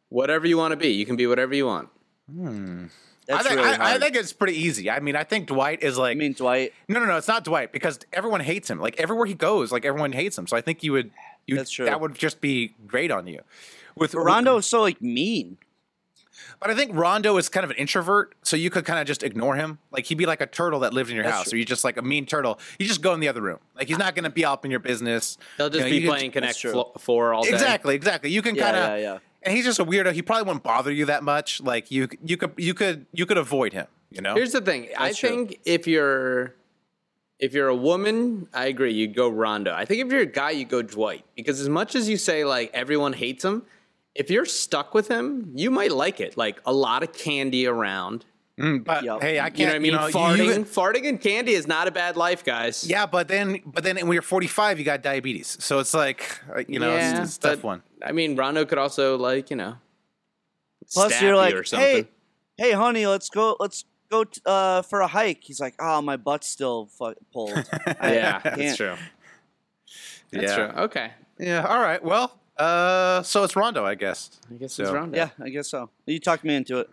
Whatever you want to be, you can be whatever you want.
I,
That's
think,
really
I, I
hard.
think it's pretty easy. I mean, I think Dwight is like.
I mean, Dwight.
No, no, no. It's not Dwight because everyone hates him. Like everywhere he goes, like everyone hates him. So I think you would. You,
That's true.
That would just be great on you. With
Rondo is so like mean.
but I think Rondo is kind of an introvert, so you could kind of just ignore him. Like he'd be like a turtle that lived in your house, or you just like a mean turtle. You just go in the other room. Like he's not going to be up in your business.
They'll just
You know,
be
you could-
playing Connect
true.
Flo- Four all day.
Exactly, exactly. You can
Yeah,
kind of,
yeah, yeah.
and he's just a weirdo. He probably wouldn't bother you that much. Like you, you could, you could, you could avoid him. You know,
Here's the thing. I
That's true.
think if you're if you're a woman, I agree. You go Rondo. I think if you're a guy, you go Dwight. Because as much as you say like everyone hates him, if you're stuck with him, you might like it. Like a lot of candy around.
But
Yep.
hey, I can't.
You know what I mean?
you-
farting,
you-
farting and candy is not a bad life, guys.
yeah, but then, but then when you're 45, you got diabetes. So it's like, uh, you know,
Yeah,
it's, it's a tough
but,
one.
I mean, Rondo could also like you know,
Plus,
stab
you're
you
like,
or something.
hey, hey, honey, let's go, let's go t- uh, for a hike. He's like, oh, my butt's still fu- pulled. I
yeah,
can't."
that's true. That's
yeah.
true. Okay,
Yeah. All right. Well, uh, so it's Rondo, I guess.
I guess
So-
it's Rondo.
Yeah, I guess so. You talked me into it.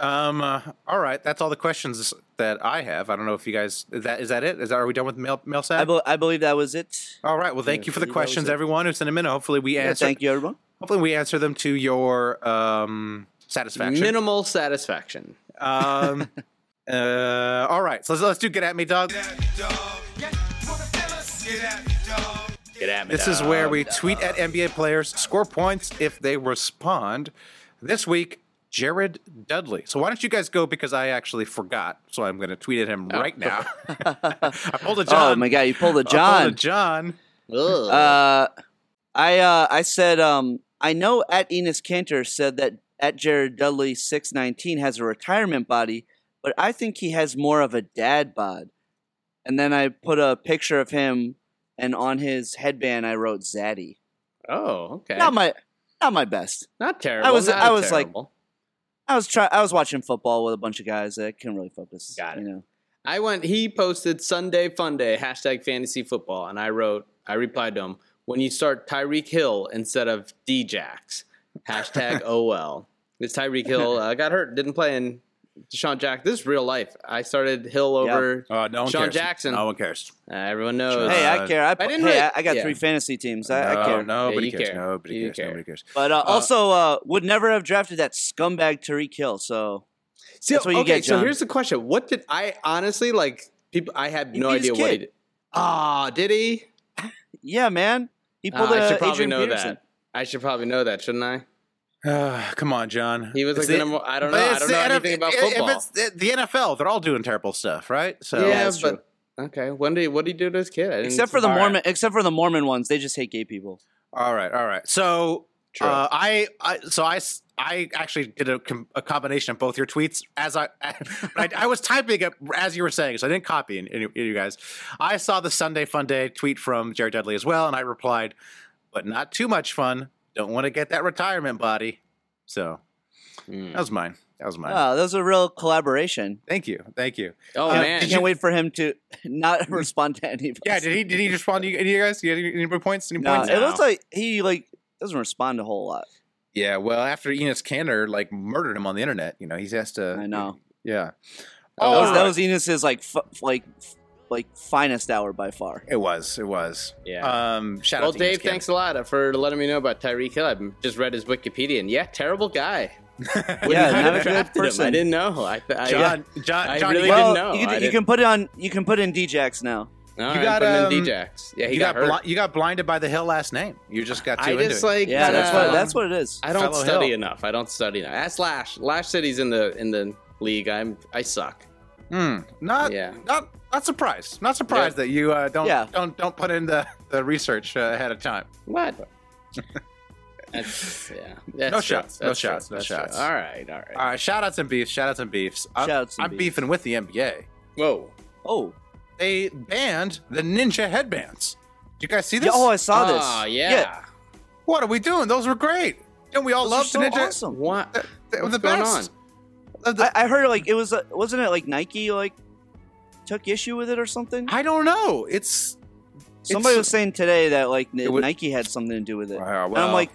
Um. Uh, all right. That's all the questions that I have. I don't know if you guys. Is that is that it? Is that are we done with mail mail
I,
sack?
be- I believe that was it.
all right. Well, thank you for the
that was
questions,
it.
everyone who sent them in. Hopefully we
Yeah,
answer.
thank you, everyone.
Hopefully we answer them to your um satisfaction.
Minimal satisfaction.
um. uh. All right. So let's, let's do get at me, dog.
Get at me.
This is where we tweet at NBA players, score points if they respond. This week, Jared Dudley. So why don't you guys go because I actually forgot. So I'm going to tweet at
Oh.
him right now. I pulled a John.
Oh my god, you pulled a
I pulled
John.
a John.
Ugh.
Uh, I uh, I said um, I know at Enos Cantor said that at Jared Dudley six nineteen has a retirement body, but I think he has more of a dad bod. And then I put a picture of him, and on his headband I wrote Zaddy.
oh, okay.
Not my not my best.
Not terrible.
I was-
not
I was like-
terrible.
I was try I was watching football with a bunch of guys that couldn't really focus.
Got it.
You know.
I went. He posted Sunday Fun Day hashtag Fantasy Football, and I wrote. I replied to him when you start Tyreek Hill instead of Djax hashtag OL. This Tyreek Hill uh, got hurt, didn't play in Deshaun Jack. This is real life. I started Hill
Yeah.
over
Oh, no one
Sean
cares.
Jackson.
No one cares.
uh, everyone knows.
Hey,
Uh,
I care. I,
I didn't
hey,
really-
I, I got
yeah.
three fantasy teams. I,
no,
I care.
Nobody
Yeah, you
cares.
care.
Nobody
You
cares.
care.
Nobody cares.
But uh, also, uh, would never have drafted that scumbag Tariq Hill. So
See,
That's what you
okay,
get,
so
John.
here's the question: What did I honestly like? People, I had
He
no
beat his
idea what he
kid.
did. Ah, did he?
yeah, man, he
Ah,
pulled
I
a
should probably
Adrian
know
Peterson.
that. I should probably know that, shouldn't I?
Ah, come on, John.
He was like
It's
the number- I don't
but
know. I
it's
don't
the
know
NF
anything about
if
football.
it's the, the NFL, they're all doing terrible stuff, right? So
yeah,
that's
but okay. When did what did he do to his kid? I didn't-
Except for the
All right.
Mormon, except for the Mormon ones, they just hate gay people.
All right, all right. So
True.
uh, I, I, so I, s- I actually did a, com- a combination of both your tweets as I, I, I was typing it as you were saying, so I didn't copy any, any of you guys. I saw the Sunday Fun Day tweet from Jared Dudley as well, and I replied, "But not too much fun. Don't want to get that retirement body." So that was mine. That was mine.
Oh, that was a real collaboration.
thank you, thank you.
oh
Uh,
man,
I can't wait for him to not respond to any of us.
Yeah, did he? Did he respond to you, any of you guys? You had any, any points? Any
No,
points?
it looks like he like doesn't respond a whole lot.
Yeah. Well, after Enos Kanter like murdered him on the internet, you know, he's has to.
I know. Oh,
Yeah. Uh,
that, was,
all
that
right.
was Enos's like f- like f- like finest hour by far.
It was. It was.
Yeah.
Um. Shout
Well,
out. to Enos
Dave,
Kanter.
thanks a lot for letting me know about Tyreek Hill. I just read his Wikipedia, and yeah, terrible guy. Wouldn't
Yeah,
have
not a good
drafted him. I
person.
didn't know. I, I,
John. John.
I
John,
really
you got,
Well,
didn't know.
you
I
can, you
didn't-
can put it on you can put in DJX now.
All
you
right,
got,
put him in
um,
Djax. Yeah, he
you
got,
got,
hurt.
bli- you got blinded by the Hill last name. You just got too
I
into
just
it.
like
Yeah, that's
uh,
what that's what it is.
I don't
Fellow
study
Hill.
enough. I don't study enough. Ask Lash. Lash said he's in the in the league. I'm I suck.
Hmm. not.
Yeah.
Not. Not surprised. Not surprised that you uh, don't
Yeah.
don't don't put in the, the research uh, ahead of time.
What? That's, yeah. That's
No
true.
shots, no
That's true.
shots, no
That's true.
shots.
All right. All right.
All right. Shout outs and beefs. Shout outs and beefs. I'm,
Shout-outs and
I'm
beefs.
beefing with the NBA.
Whoa.
oh,
They banned the ninja headbands. Did you guys see this?
yeah, oh, I saw this.
Oh yeah.
What are we doing? Those were great. Don't we all
Those are
love
so
the ninja?
awesome.
What?
They- they were
What's
the
going
best.
on?
Uh, the-
I, I heard like it was uh, wasn't it like Nike like took issue with it or something?
I don't know. It's
Somebody
it's-
was saying today that like n-
It was-
Nike had something to do with it.
Wow,
and I'm
well.
like,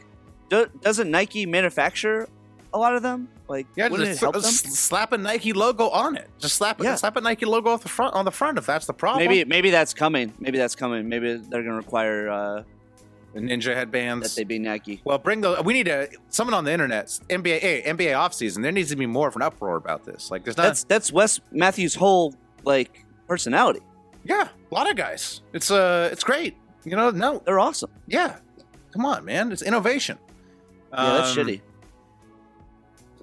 do, doesn't Nike manufacture a lot of them? Like,
yeah,
wouldn't
just
it help
s-
them?
uh, slap a Nike logo on it. Just slap a,
Yeah.
slap a Nike logo off the front on the front if that's the problem.
Maybe maybe that's coming. Maybe that's coming. Maybe they're gonna require uh,
The ninja
that
headbands.
they be Nike.
well, bring the. We need a someone on the internet. NBA hey, NBA offseason. There needs to be more of an uproar about this. Like there's not.
That's that's Wes Matthews' whole like personality.
yeah, a lot of guys. It's uh, it's great. You know, no,
They're awesome.
yeah. Come on, man. It's innovation.
Yeah,
Um,
that's shitty.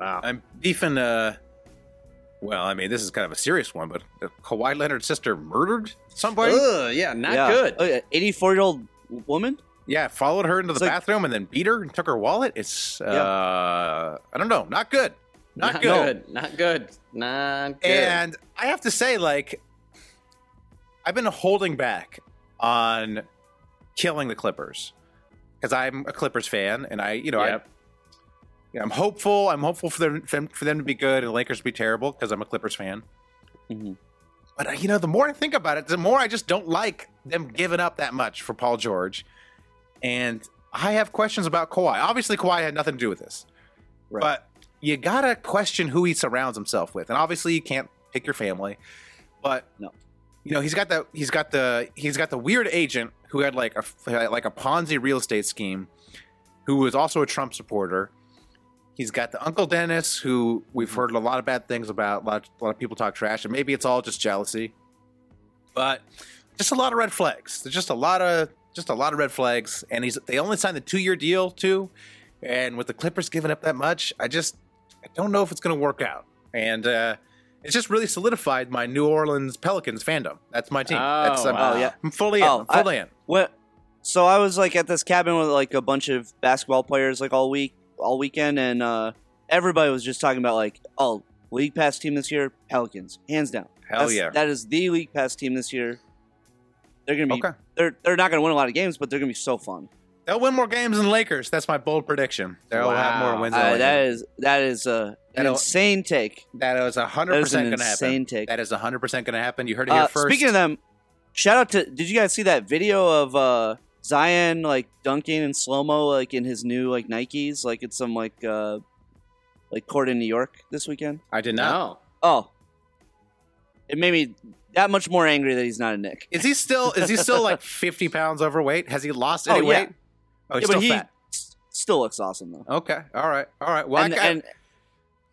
I'm beefing. Uh, well, I mean, this is kind of a serious one, but Kawhi Leonard's sister murdered somebody.
Ugh, yeah, not
yeah.
good.
Eighty-four year old woman.
Yeah, followed her into the
It's like-
bathroom and then beat her and took her wallet. It's uh, I don't know, not good. Not
Not
good.
good. Not good. Not good.
And I have to say, like, I've been holding back on killing the Clippers because I'm a Clippers fan, and I, you know,
yep.
I, you know, I'm hopeful. I'm hopeful for them for them to be good and the Lakers to be terrible because I'm a Clippers fan.
Mhm.
But uh, you know, the more I think about it, the more I just don't like them giving up that much for Paul George, and I have questions about Kawhi. Obviously, Kawhi had nothing to do with this.
Right.
But you gotta question who he surrounds himself with, and obviously you can't pick your family. But
No.
you know he's got that he's got the he's got the weird agent who had like a like a Ponzi real estate scheme, who was also a Trump supporter. He's got the Uncle Dennis, who we've
Mm-hmm.
heard a lot of bad things about. A lot, a lot of people talk trash, and maybe it's all just jealousy. But just a lot of red flags. There's just a lot of just a lot of red flags, and he's they only signed the two year deal too. And with the Clippers giving up that much, I just I don't know if it's going to work out. And uh, it's just really solidified my New Orleans Pelicans fandom. That's my team.
Oh,
That's, I'm,
wow.
Oh, yeah.
I'm fully in.
Oh,
I'm fully in.
What? So I was like at this cabin with like a bunch of basketball players like all week, all weekend, and uh, everybody was just talking about like, oh, league pass team this year, Pelicans, hands down.
Hell
That's-
yeah.
that is the league pass team this year. They're gonna be
Okay.
they're they're not gonna win a lot of games, but they're gonna be so fun.
They'll win more games than the Lakers. That's my bold prediction. They'll have
Wow.
more wins. Than the
Uh,
Lakers.
that is that is uh, an
That'll-
insane take.
That is
That
hundred
is an
percent going to happen.
insane take.
That is hundred percent going to happen. You heard it here
Uh,
first.
speaking of them, shout out to did you guys see that video of uh, Zion like dunking in slow mo like in his new like Nikes like it's some like uh, like court in New York this weekend?
I did not.
no.
Oh, it made me that much more angry that he's not a Nick.
Is he still? Is he still like fifty pounds overweight? Has he lost any
Oh, yeah.
weight? Oh, he's
yeah,
still
but he
fat.
s- still looks awesome though.
Okay. All right. All right. Well,
and,
I got,
and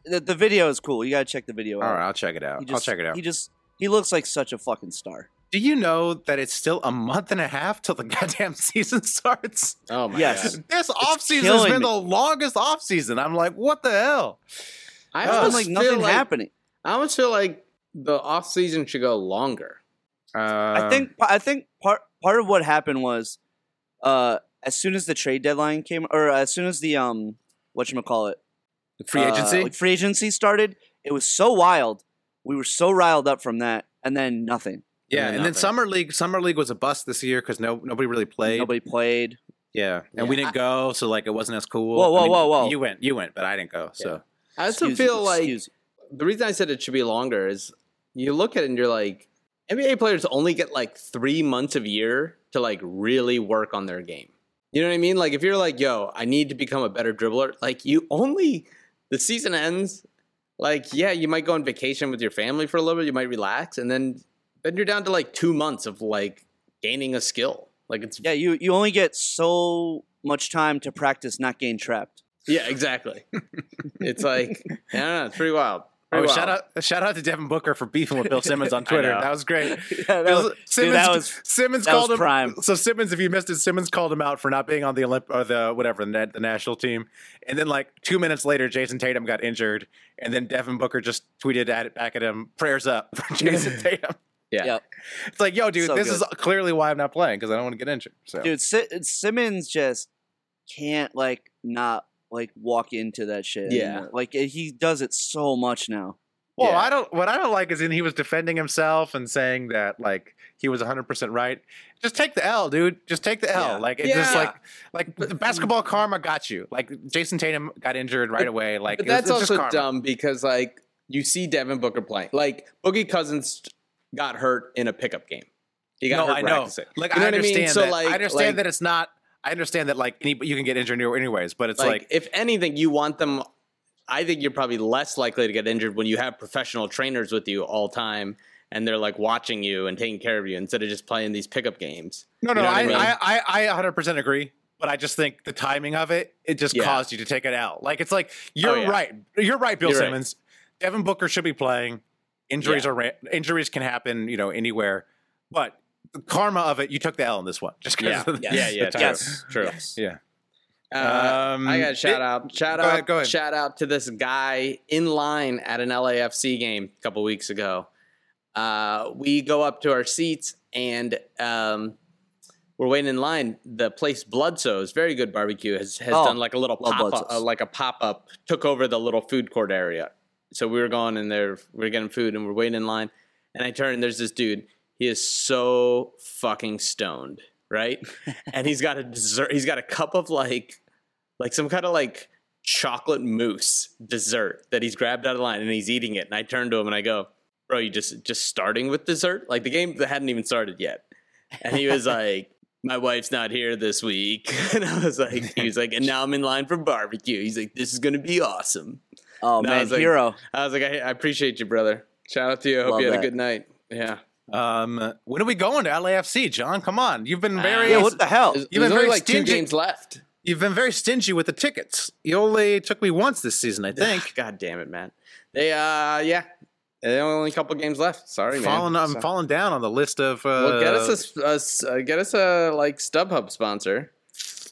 the, the video is cool. You gotta check the video
all
out.
right. I'll check it out.
He just,
I'll check it out.
He just he looks like such a fucking star.
Do you know that it's still a month and a half till the goddamn season starts?
Oh my
Yes.
god.
This off season has
killing
been
me.
the longest off season. I'm like, what the hell? Oh,
It's
I
been
almost
like
feel
nothing
like-
happening.
I almost feel like the off season should go longer.
Um,
I think I think part part of what happened was uh, as soon as the trade deadline came, or as soon as the um what you call it
Uh, free
uh,
agency.
free agency started, it was so wild. We were so riled up from that, and then nothing.
yeah,
Yeah,
and then
nothing.
summer league. Summer league was a bust this year because no nobody really played.
Nobody played.
Yeah, and we
Yeah.
didn't go, so like it wasn't as cool.
Whoa, whoa,
I mean,
whoa, whoa.
You went, you went, but I didn't go. So
I also
Excuse-
feel like
excuse-
the reason I said it should be longer is you look at it and you're like, NBA players only get like three months of year to like really work on their game. You know what I mean? Like if you're like, yo, I need to become a better dribbler, like you only the season ends, like, yeah, you might go on vacation with your family for a little bit, you might relax, and then then you're down to like two months of like gaining a skill. Like it's
yeah, you you only get so much time to practice not getting trapped.
yeah, exactly. it's like I don't know, it's pretty wild.
oh,
Pretty wild.
shout out, shout out to Devin Booker for beefing with Bill Simmons on Twitter.
know.
that was great.
Yeah, that was, dude, that was
Simmons
that was
called him.
prime.
So Simmons, if you missed it, Simmons called him out for not being on the Olymp or the whatever the, na- the national team. And then like two minutes later, Jason Tatum got injured, and then Devin Booker just tweeted at it back at him, prayers up for Jason Tatum.
Yeah.
Yep.
It's like, yo, dude,
So
this
good.
is clearly why I'm not playing because I don't want to get injured. So
dude Si- simmons just can't like not like walk into that shit
Yeah.
anymore. like he does it so much now
Well,
Yeah.
I don't. What I don't like is in he was defending himself and saying that like he was 100 percent right. Just take the L, dude. Just take the L.
Yeah.
Like it's just
Yeah.
like like the basketball karma got you. Like Jason Tatum got injured right away. Like
But
it was-
that's
it's just
also
karma.
dumb because like you see Devin Booker playing. Like Boogie Cousins got hurt in a pickup game. He got
No,
hurt
I know.
practicing.
Like
You know
I
what I mean?
understand.
So,
that.
like-
I understand
like-
that it's not. I understand that like any, you can get injured anyways, but it's
Like,
like,
if anything, you want them. I think you're probably less likely to get injured when you have professional trainers with you all time, and they're like watching you and taking care of you instead of just playing these pickup games.
no, no.
you know what
I,
I mean?
I, I, I 100 percent agree. But I just think the timing of it, it just
Yeah. Oh,
caused you to take it out. Like it's like you're
yeah.
right. You're right, Bill
You're right.
Simmons. Devin Booker should be playing. Injuries
Yeah.
are ra- injuries can happen, you know, anywhere. But the karma of it, you took the L in this one. Just 'cause
Yeah,
of the-
yeah, yeah,
the
true.
time.
yes
True.
yes
yeah.
Uh,
Um,
I got a shout out. Shout
go
out.
ahead, go ahead.
Shout out to this guy in line at an LAFC game a couple weeks ago. Uh, we go up to our seats and um, we're waiting in line. The place Bloodso's very good barbecue has has
Oh,
done like a little
love
pop up,
Bloodso's.
uh, like a pop up took over the little food court area. So we were going in there, we are getting food, and we're waiting in line. And I turn and there's this dude. He is so fucking stoned, right? and he's got a dessert. He's got a cup of like, like some kind of like chocolate mousse dessert that he's grabbed out of line and he's eating it. And I turn to him and I go, "Bro, you just just starting with dessert? Like the game that hadn't even started yet." And he was like, "My wife's not here this week," and I was like, "He was like, and now I'm in line for barbecue." He's like, "This is gonna be awesome."
Oh
No, I
man,
was like-
hero.
I was like, "I, I appreciate you, brother. Shout out to you. I hope
Love
you had
that.
a good night." Yeah.
Um, when are we going to LAFC, John? Come on, you've been very
Uh,
Yeah, what the hell?
There's,
You've been
there's only
very
like two
stingy.
games left.
you've been very stingy with the tickets. You only took me once this season, I
Thank
think.
God damn it, man. They uh yeah. There are only a couple games left. Sorry, man.
falling, I'm
So-
falling down on the list of. Uh,
Well, get us a, s- a s- uh, get us a like StubHub sponsor,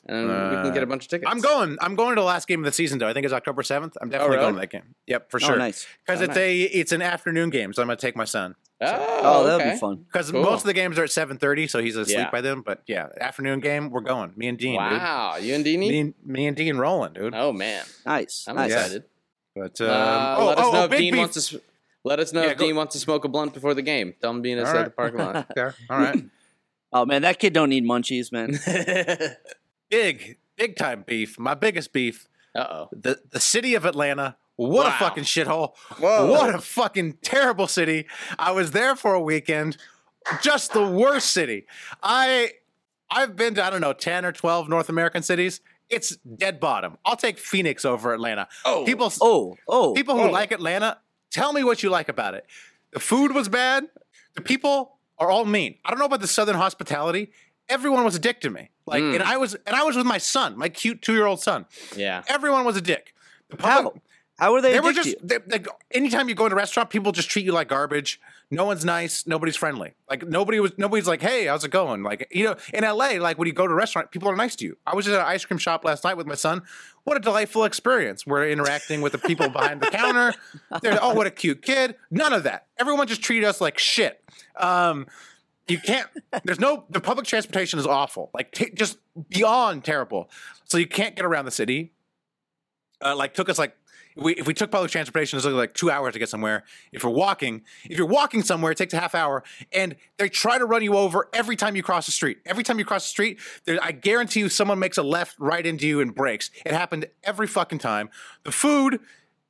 and we
Uh,
can get a bunch of tickets.
I'm going. I'm going to the last game of the season, though. I think it's October 7th. I'm definitely
Oh, really?
going to that game. Yep, for
Oh,
sure.
nice.
Because
Oh,
it's a it's an afternoon game, so I'm going to take my son.
Oh,
Oh, that'll
okay.
be fun.
Because
Cool.
most of the games are at 7:30, so he's asleep
Yeah.
by then. But yeah, afternoon game, we're going. Me and Dean, dude.
Wow, you and Dini?
Me and, me and Dean rolling, dude.
Oh man,
Nice.
I'm
nice.
excited.
But
Uh,
um, oh,
let us
oh,
know
oh,
if
Big
Dean
Beef.
wants to. s- Let us know
Yeah,
if
go-
Dean wants to smoke a blunt before the game. Tell him being
All
outside
right.
the parking lot.
There. All right,
Oh man, that kid don't need munchies, man.
big big time beef. My biggest beef.
uh oh.
The the city of Atlanta. What a
Wow.
fucking shithole. What a fucking terrible city. I was there for a weekend. Just the worst city. I I've been to I don't know 10 or 12 North American cities. It's dead bottom. I'll take Phoenix over Atlanta.
Oh.
people
Oh, oh.
people who like Atlanta, tell me what you like about it. The food was bad. The people are all mean. I don't know about the Southern hospitality. Everyone was a dick to me. Like, and I was, and I was with my son, my cute two-year-old son.
Yeah.
Everyone was a dick. The
how? How were they?
They
addicted?
were just they, like anytime you go in a restaurant, people just treat you like garbage. No one's nice. Nobody's friendly. Like nobody was. Nobody's like, hey, how's it going? Like you know, in LA, like when you go to a restaurant, people are nice to you. I was just at an ice cream shop last night with my son. What a delightful experience. We're interacting with the people behind the counter. They're oh, what a cute kid. None of that. Everyone just treated us like shit. Um, you can't there's no the public transportation is awful like t- just beyond terrible so you can't get around the city uh, like took us like we, if we took public transportation it's like two hours to get somewhere if you're walking if you're walking somewhere it takes a half hour and they try to run you over every time you cross the street every time you cross the street there, i guarantee you someone makes a left right into you and breaks it happened every fucking time the food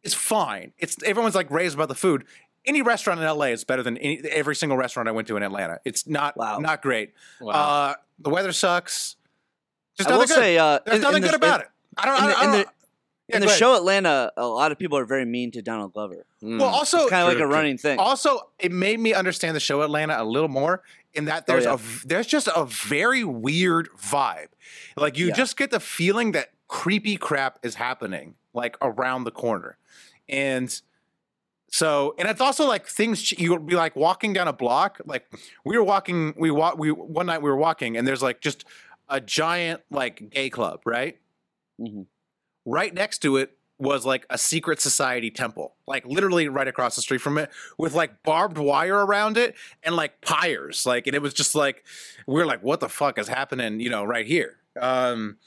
is fine it's everyone's like raised about the food any restaurant in LA is better than any, every single restaurant I went to in Atlanta. It's not
Wow.
not great.
Wow.
Uh, the weather sucks. There's
I will
nothing good.
say, uh,
There's
in-
nothing
in the-
good about
in-
it. I don't. I
in
don't-
the-
I don't
in the-
Yeah,
in
go
the
ahead.
show Atlanta, a lot of people are very mean to Donald Glover.
Hmm.
Well, also
Kind of Hmm. like a running thing.
Also, it made me understand the show Atlanta a little more in that there's
Oh, yeah.
a v- there's just a very weird vibe. Like you
Yeah.
just get the feeling that creepy crap is happening like around the corner. And so, and it's also like things ch- you'll be like walking down a block. Like we were walking, we walk, we one night we were walking, and there's like just a giant like gay club, right?
Mhm.
Right next to it was like a secret society temple, like literally right across the street from it, with like barbed wire around it and like pyres, like, and it was just like we were like, what the fuck is happening, you know, right here. Um,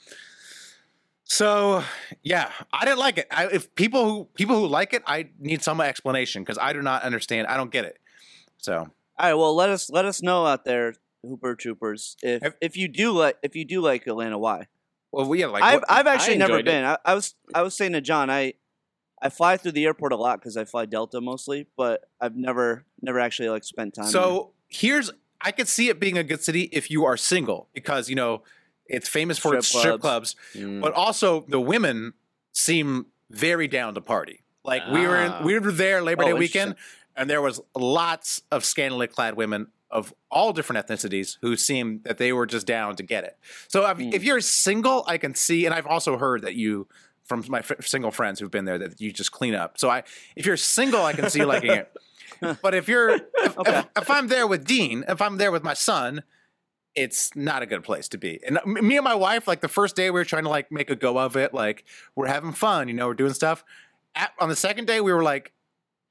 so yeah, I didn't like it. I, if people who people who like it, I need some explanation because I do not understand. I don't get it. So
All right, well let us let us know out there, Hooper Troopers, if
Have-
if you do like if you do like Atlanta, why?
well, we yeah, like
I've
what-
I've actually never
enjoyed it.
been. I, I was I was saying to John, I I fly through the airport a lot because I fly Delta mostly, but I've never never actually like spent time. there.
So here's I could see it being a good city if you are single because you know it's famous for its
Strip
strip
clubs.
clubs,
Hmm. Mm.
but also the women seem very down to party. Like we were
Ah.
in, we were there Labor
Oh,
Day weekend, and there was lots of scantily clad women of all different ethnicities who seemed that they were just down to get it. So if,
Hmm.
if you're single, I can see, and I've also heard that you from my f- single friends who've been there that you just clean up. So I, if you're single, I can see you liking it. But if you're, if,
Okay.
if, if I'm there with Dean, if I'm there with my son, it's not a good place to be. And uh, m- me and my wife, like the first day, we were trying to like make a go of it. Like we're having fun, you know, we're doing stuff. At, on the second day, we were like,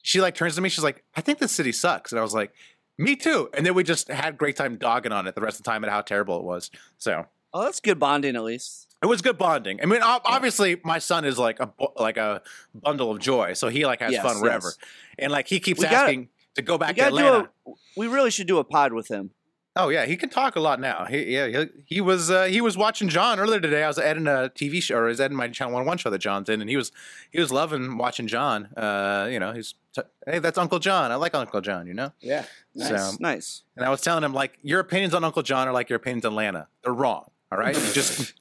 she like turns to me, she's like, I think this city sucks, and I was like, Me too. And then we just had great time dogging on it the rest of the time and how terrible it was. So
Oh, that's good bonding at least.
it was good bonding. I mean, ob- obviously, my son is like a bu- like a bundle of joy, so he like has
Yes,
fun
yes.
wherever, and like he keeps
We gotta-
asking to go
We
back to
gotta
Atlanta.
do a, we really should do a pod with him.
Oh yeah, he can talk a lot now. He, yeah, he, he was uh, he was watching John earlier today. I was editing a TV show, or is editing my Channel One One show that John's in, and he was he was loving watching John. Uh, you know, he's t- hey, that's Uncle John. I like Uncle John. You know,
Yeah.
Nice,
So-
nice.
and I was telling him like your opinions on Uncle John are like your opinions on Lana. They're wrong. All right, You just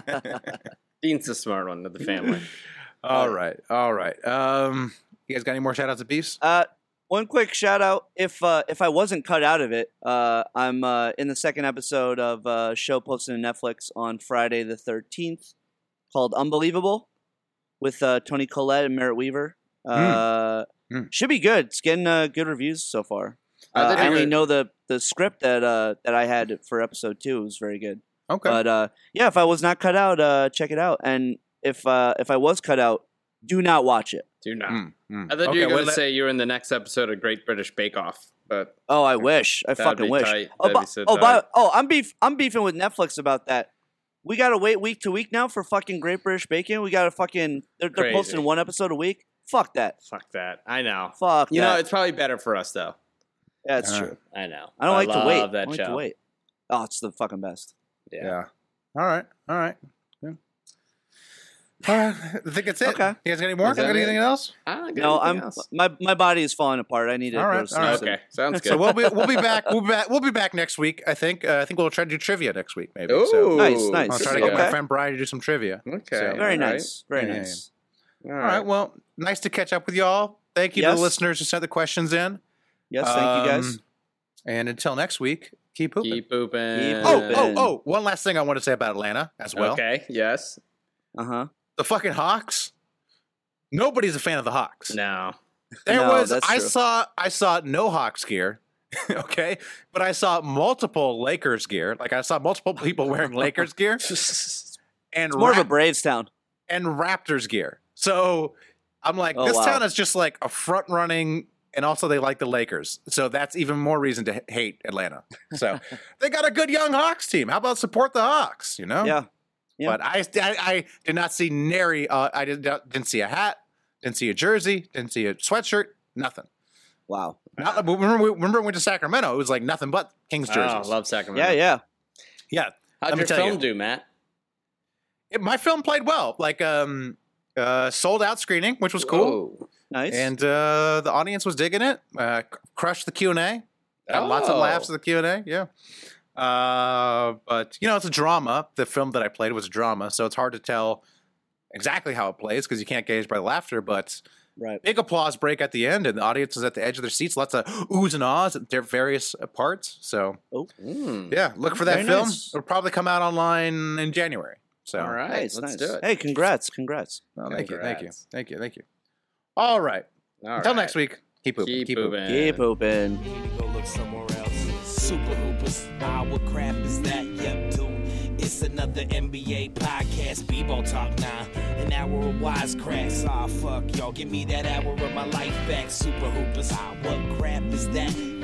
Dean's the smart one of the family.
all right, all right. Um, you guys got any more shout outs to Beefs?
Uh, one quick shout out. If uh, if I wasn't cut out of it, uh, I'm uh, in the second episode of a show posted to Netflix on Friday the 13th called Unbelievable with uh, Tony Collette and Merritt Weaver. Uh,
Hmm. Hmm.
Should be good. It's getting uh, good reviews so far.
I
Uh,
think
I
I
only
heard-
know the, the script that uh, that I had for episode two. It was very good.
Okay,
But uh, yeah, if I was not cut out, uh, check it out. And if uh, if I was cut out, do not watch it.
Do not.
Mm, mm.
I thought
Okay,
you were
well,
going to
let-
say you were in the next episode of Great British Bake Off, but
Oh, I wish. I
That'd
fucking
be
wish.
tight.
Oh,
That'd
bu-
be so
oh,
tight.
bu- oh, I'm beef. I'm beefing with Netflix about that. We gotta wait week to week now for fucking Great British Bacon. We gotta fucking. They're, they're
Crazy.
posting one episode a week. Fuck that.
fuck that. I know.
Fuck.
You
that.
know, it's probably better for us though.
yeah, it's true.
I know.
I don't like to wait.
love
I
That
don't like
show.
to wait. Oh, it's the fucking best.
Yeah.
yeah. All right, all right. Yeah. All right, I think it's it.
Okay.
You guys got any more?
Is that
Got
it?
anything else?
I don't get
No,
anything
I'm
else.
my my body is falling apart. I need to
All
go
right,
to sleep.
all right.
Okay, sounds good.
So we'll be we'll be back we'll be back we'll be back next week. I think uh, I think we'll try to do trivia next week maybe.
Ooh,
So
Nice, nice.
I'll
this
try
is
to get
good.
my
Okay.
friend Brian to do some trivia.
Okay.
So-
Very
All right.
nice. Very
Yeah, yeah,
nice.
All right. Well, nice to catch up with y'all. Thank you to
Yes.
the listeners who sent the questions in.
Yes, thank you guys.
Um, And until next week, keep pooping.
Keep pooping.
Keep
oh, oh,
pooping.
oh! One last thing I want to say about Atlanta as well.
Okay. Yes.
Uh huh.
The fucking Hawks. Nobody's a fan of the Hawks.
No.
There
No,
was
that's
I
true.
saw I saw no Hawks gear, okay, but I saw multiple Lakers gear. Like I saw multiple people wearing Lakers gear and
More of a
Rap-
Braves town.
and Raptors gear. So I'm like,
Oh,
this
wow.
town is just like a front running, and also they like the Lakers. So that's even more reason to h- hate Atlanta. So they got a good young Hawks team. How about support the Hawks? You know,
Yeah. yeah.
But I, I I did not see nary. Uh, I did not, didn't see a hat. Didn't see a jersey. Didn't see a sweatshirt. Nothing.
Wow.
Not, remember, we, remember when we went to Sacramento? It was like nothing but Kings
Oh,
jerseys.
love Sacramento.
Yeah, yeah.
yeah, Let
How'd
me
your
tell
film
you.
do, Matt?
It- my film played well. Like um, uh, sold out screening, which was cool,
Whoa.
Nice.
and uh, the audience was digging it. Uh, c- crushed the Q and A. Got lots of
Oh.
laughs at the Q and A. Yeah. Uh, but you know, it's a drama. The film that I played was a drama, so it's hard to tell exactly how it plays because you can't gauge by the laughter. But
right.
big applause break at the end, and the audience is at the edge of their seats. Lots of oohs and ahs at their various uh, parts. So
Mm.
Yeah, look for that
Very
film.
nice.
It'll probably come out online in January. So,
All right.
Nice,
let's
nice.
do it.
Hey, congrats, congrats.
well, thank you, thank you,
Congrats.
thank you, thank you. All right.
All
Until
right.
next week. Keep pooping.
Keep,
Keep pooping.
pooping.
Keep open.
go look somewhere else. Super Hoopers, ah, what crap is that? Yep, dude. It's another NBA podcast, Bebo Talk now. An hour of wisecracks, ah, fuck y'all. Give me that hour of my life back. Super Hoopers, ah, what crap is that?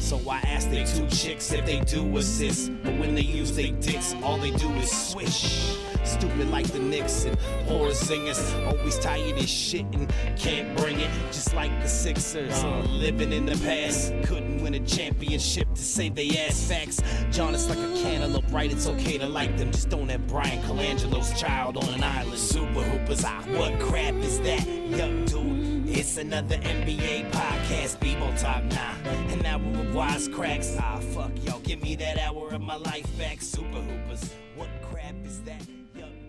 So I asked they two chicks if they do assist. But when they use they dicks, all they do is swish. Stupid like the Knicks and horror singers. Always tired as shit and can't bring it. Just like the Sixers. uh, living in the past. Couldn't win a championship to save they ass facts. John is like a cantaloupe, right? It's okay to like them. Just don't have Brian Colangelo's child on an island. Super Hoopers, ah, what crap is that? Yup, dude. It's another NBA podcast, Bebo Talk now. An hour of wisecracks. Ah, fuck, y'all. Give me that hour of my life back. Super Hoopers, what crap is that? Yup.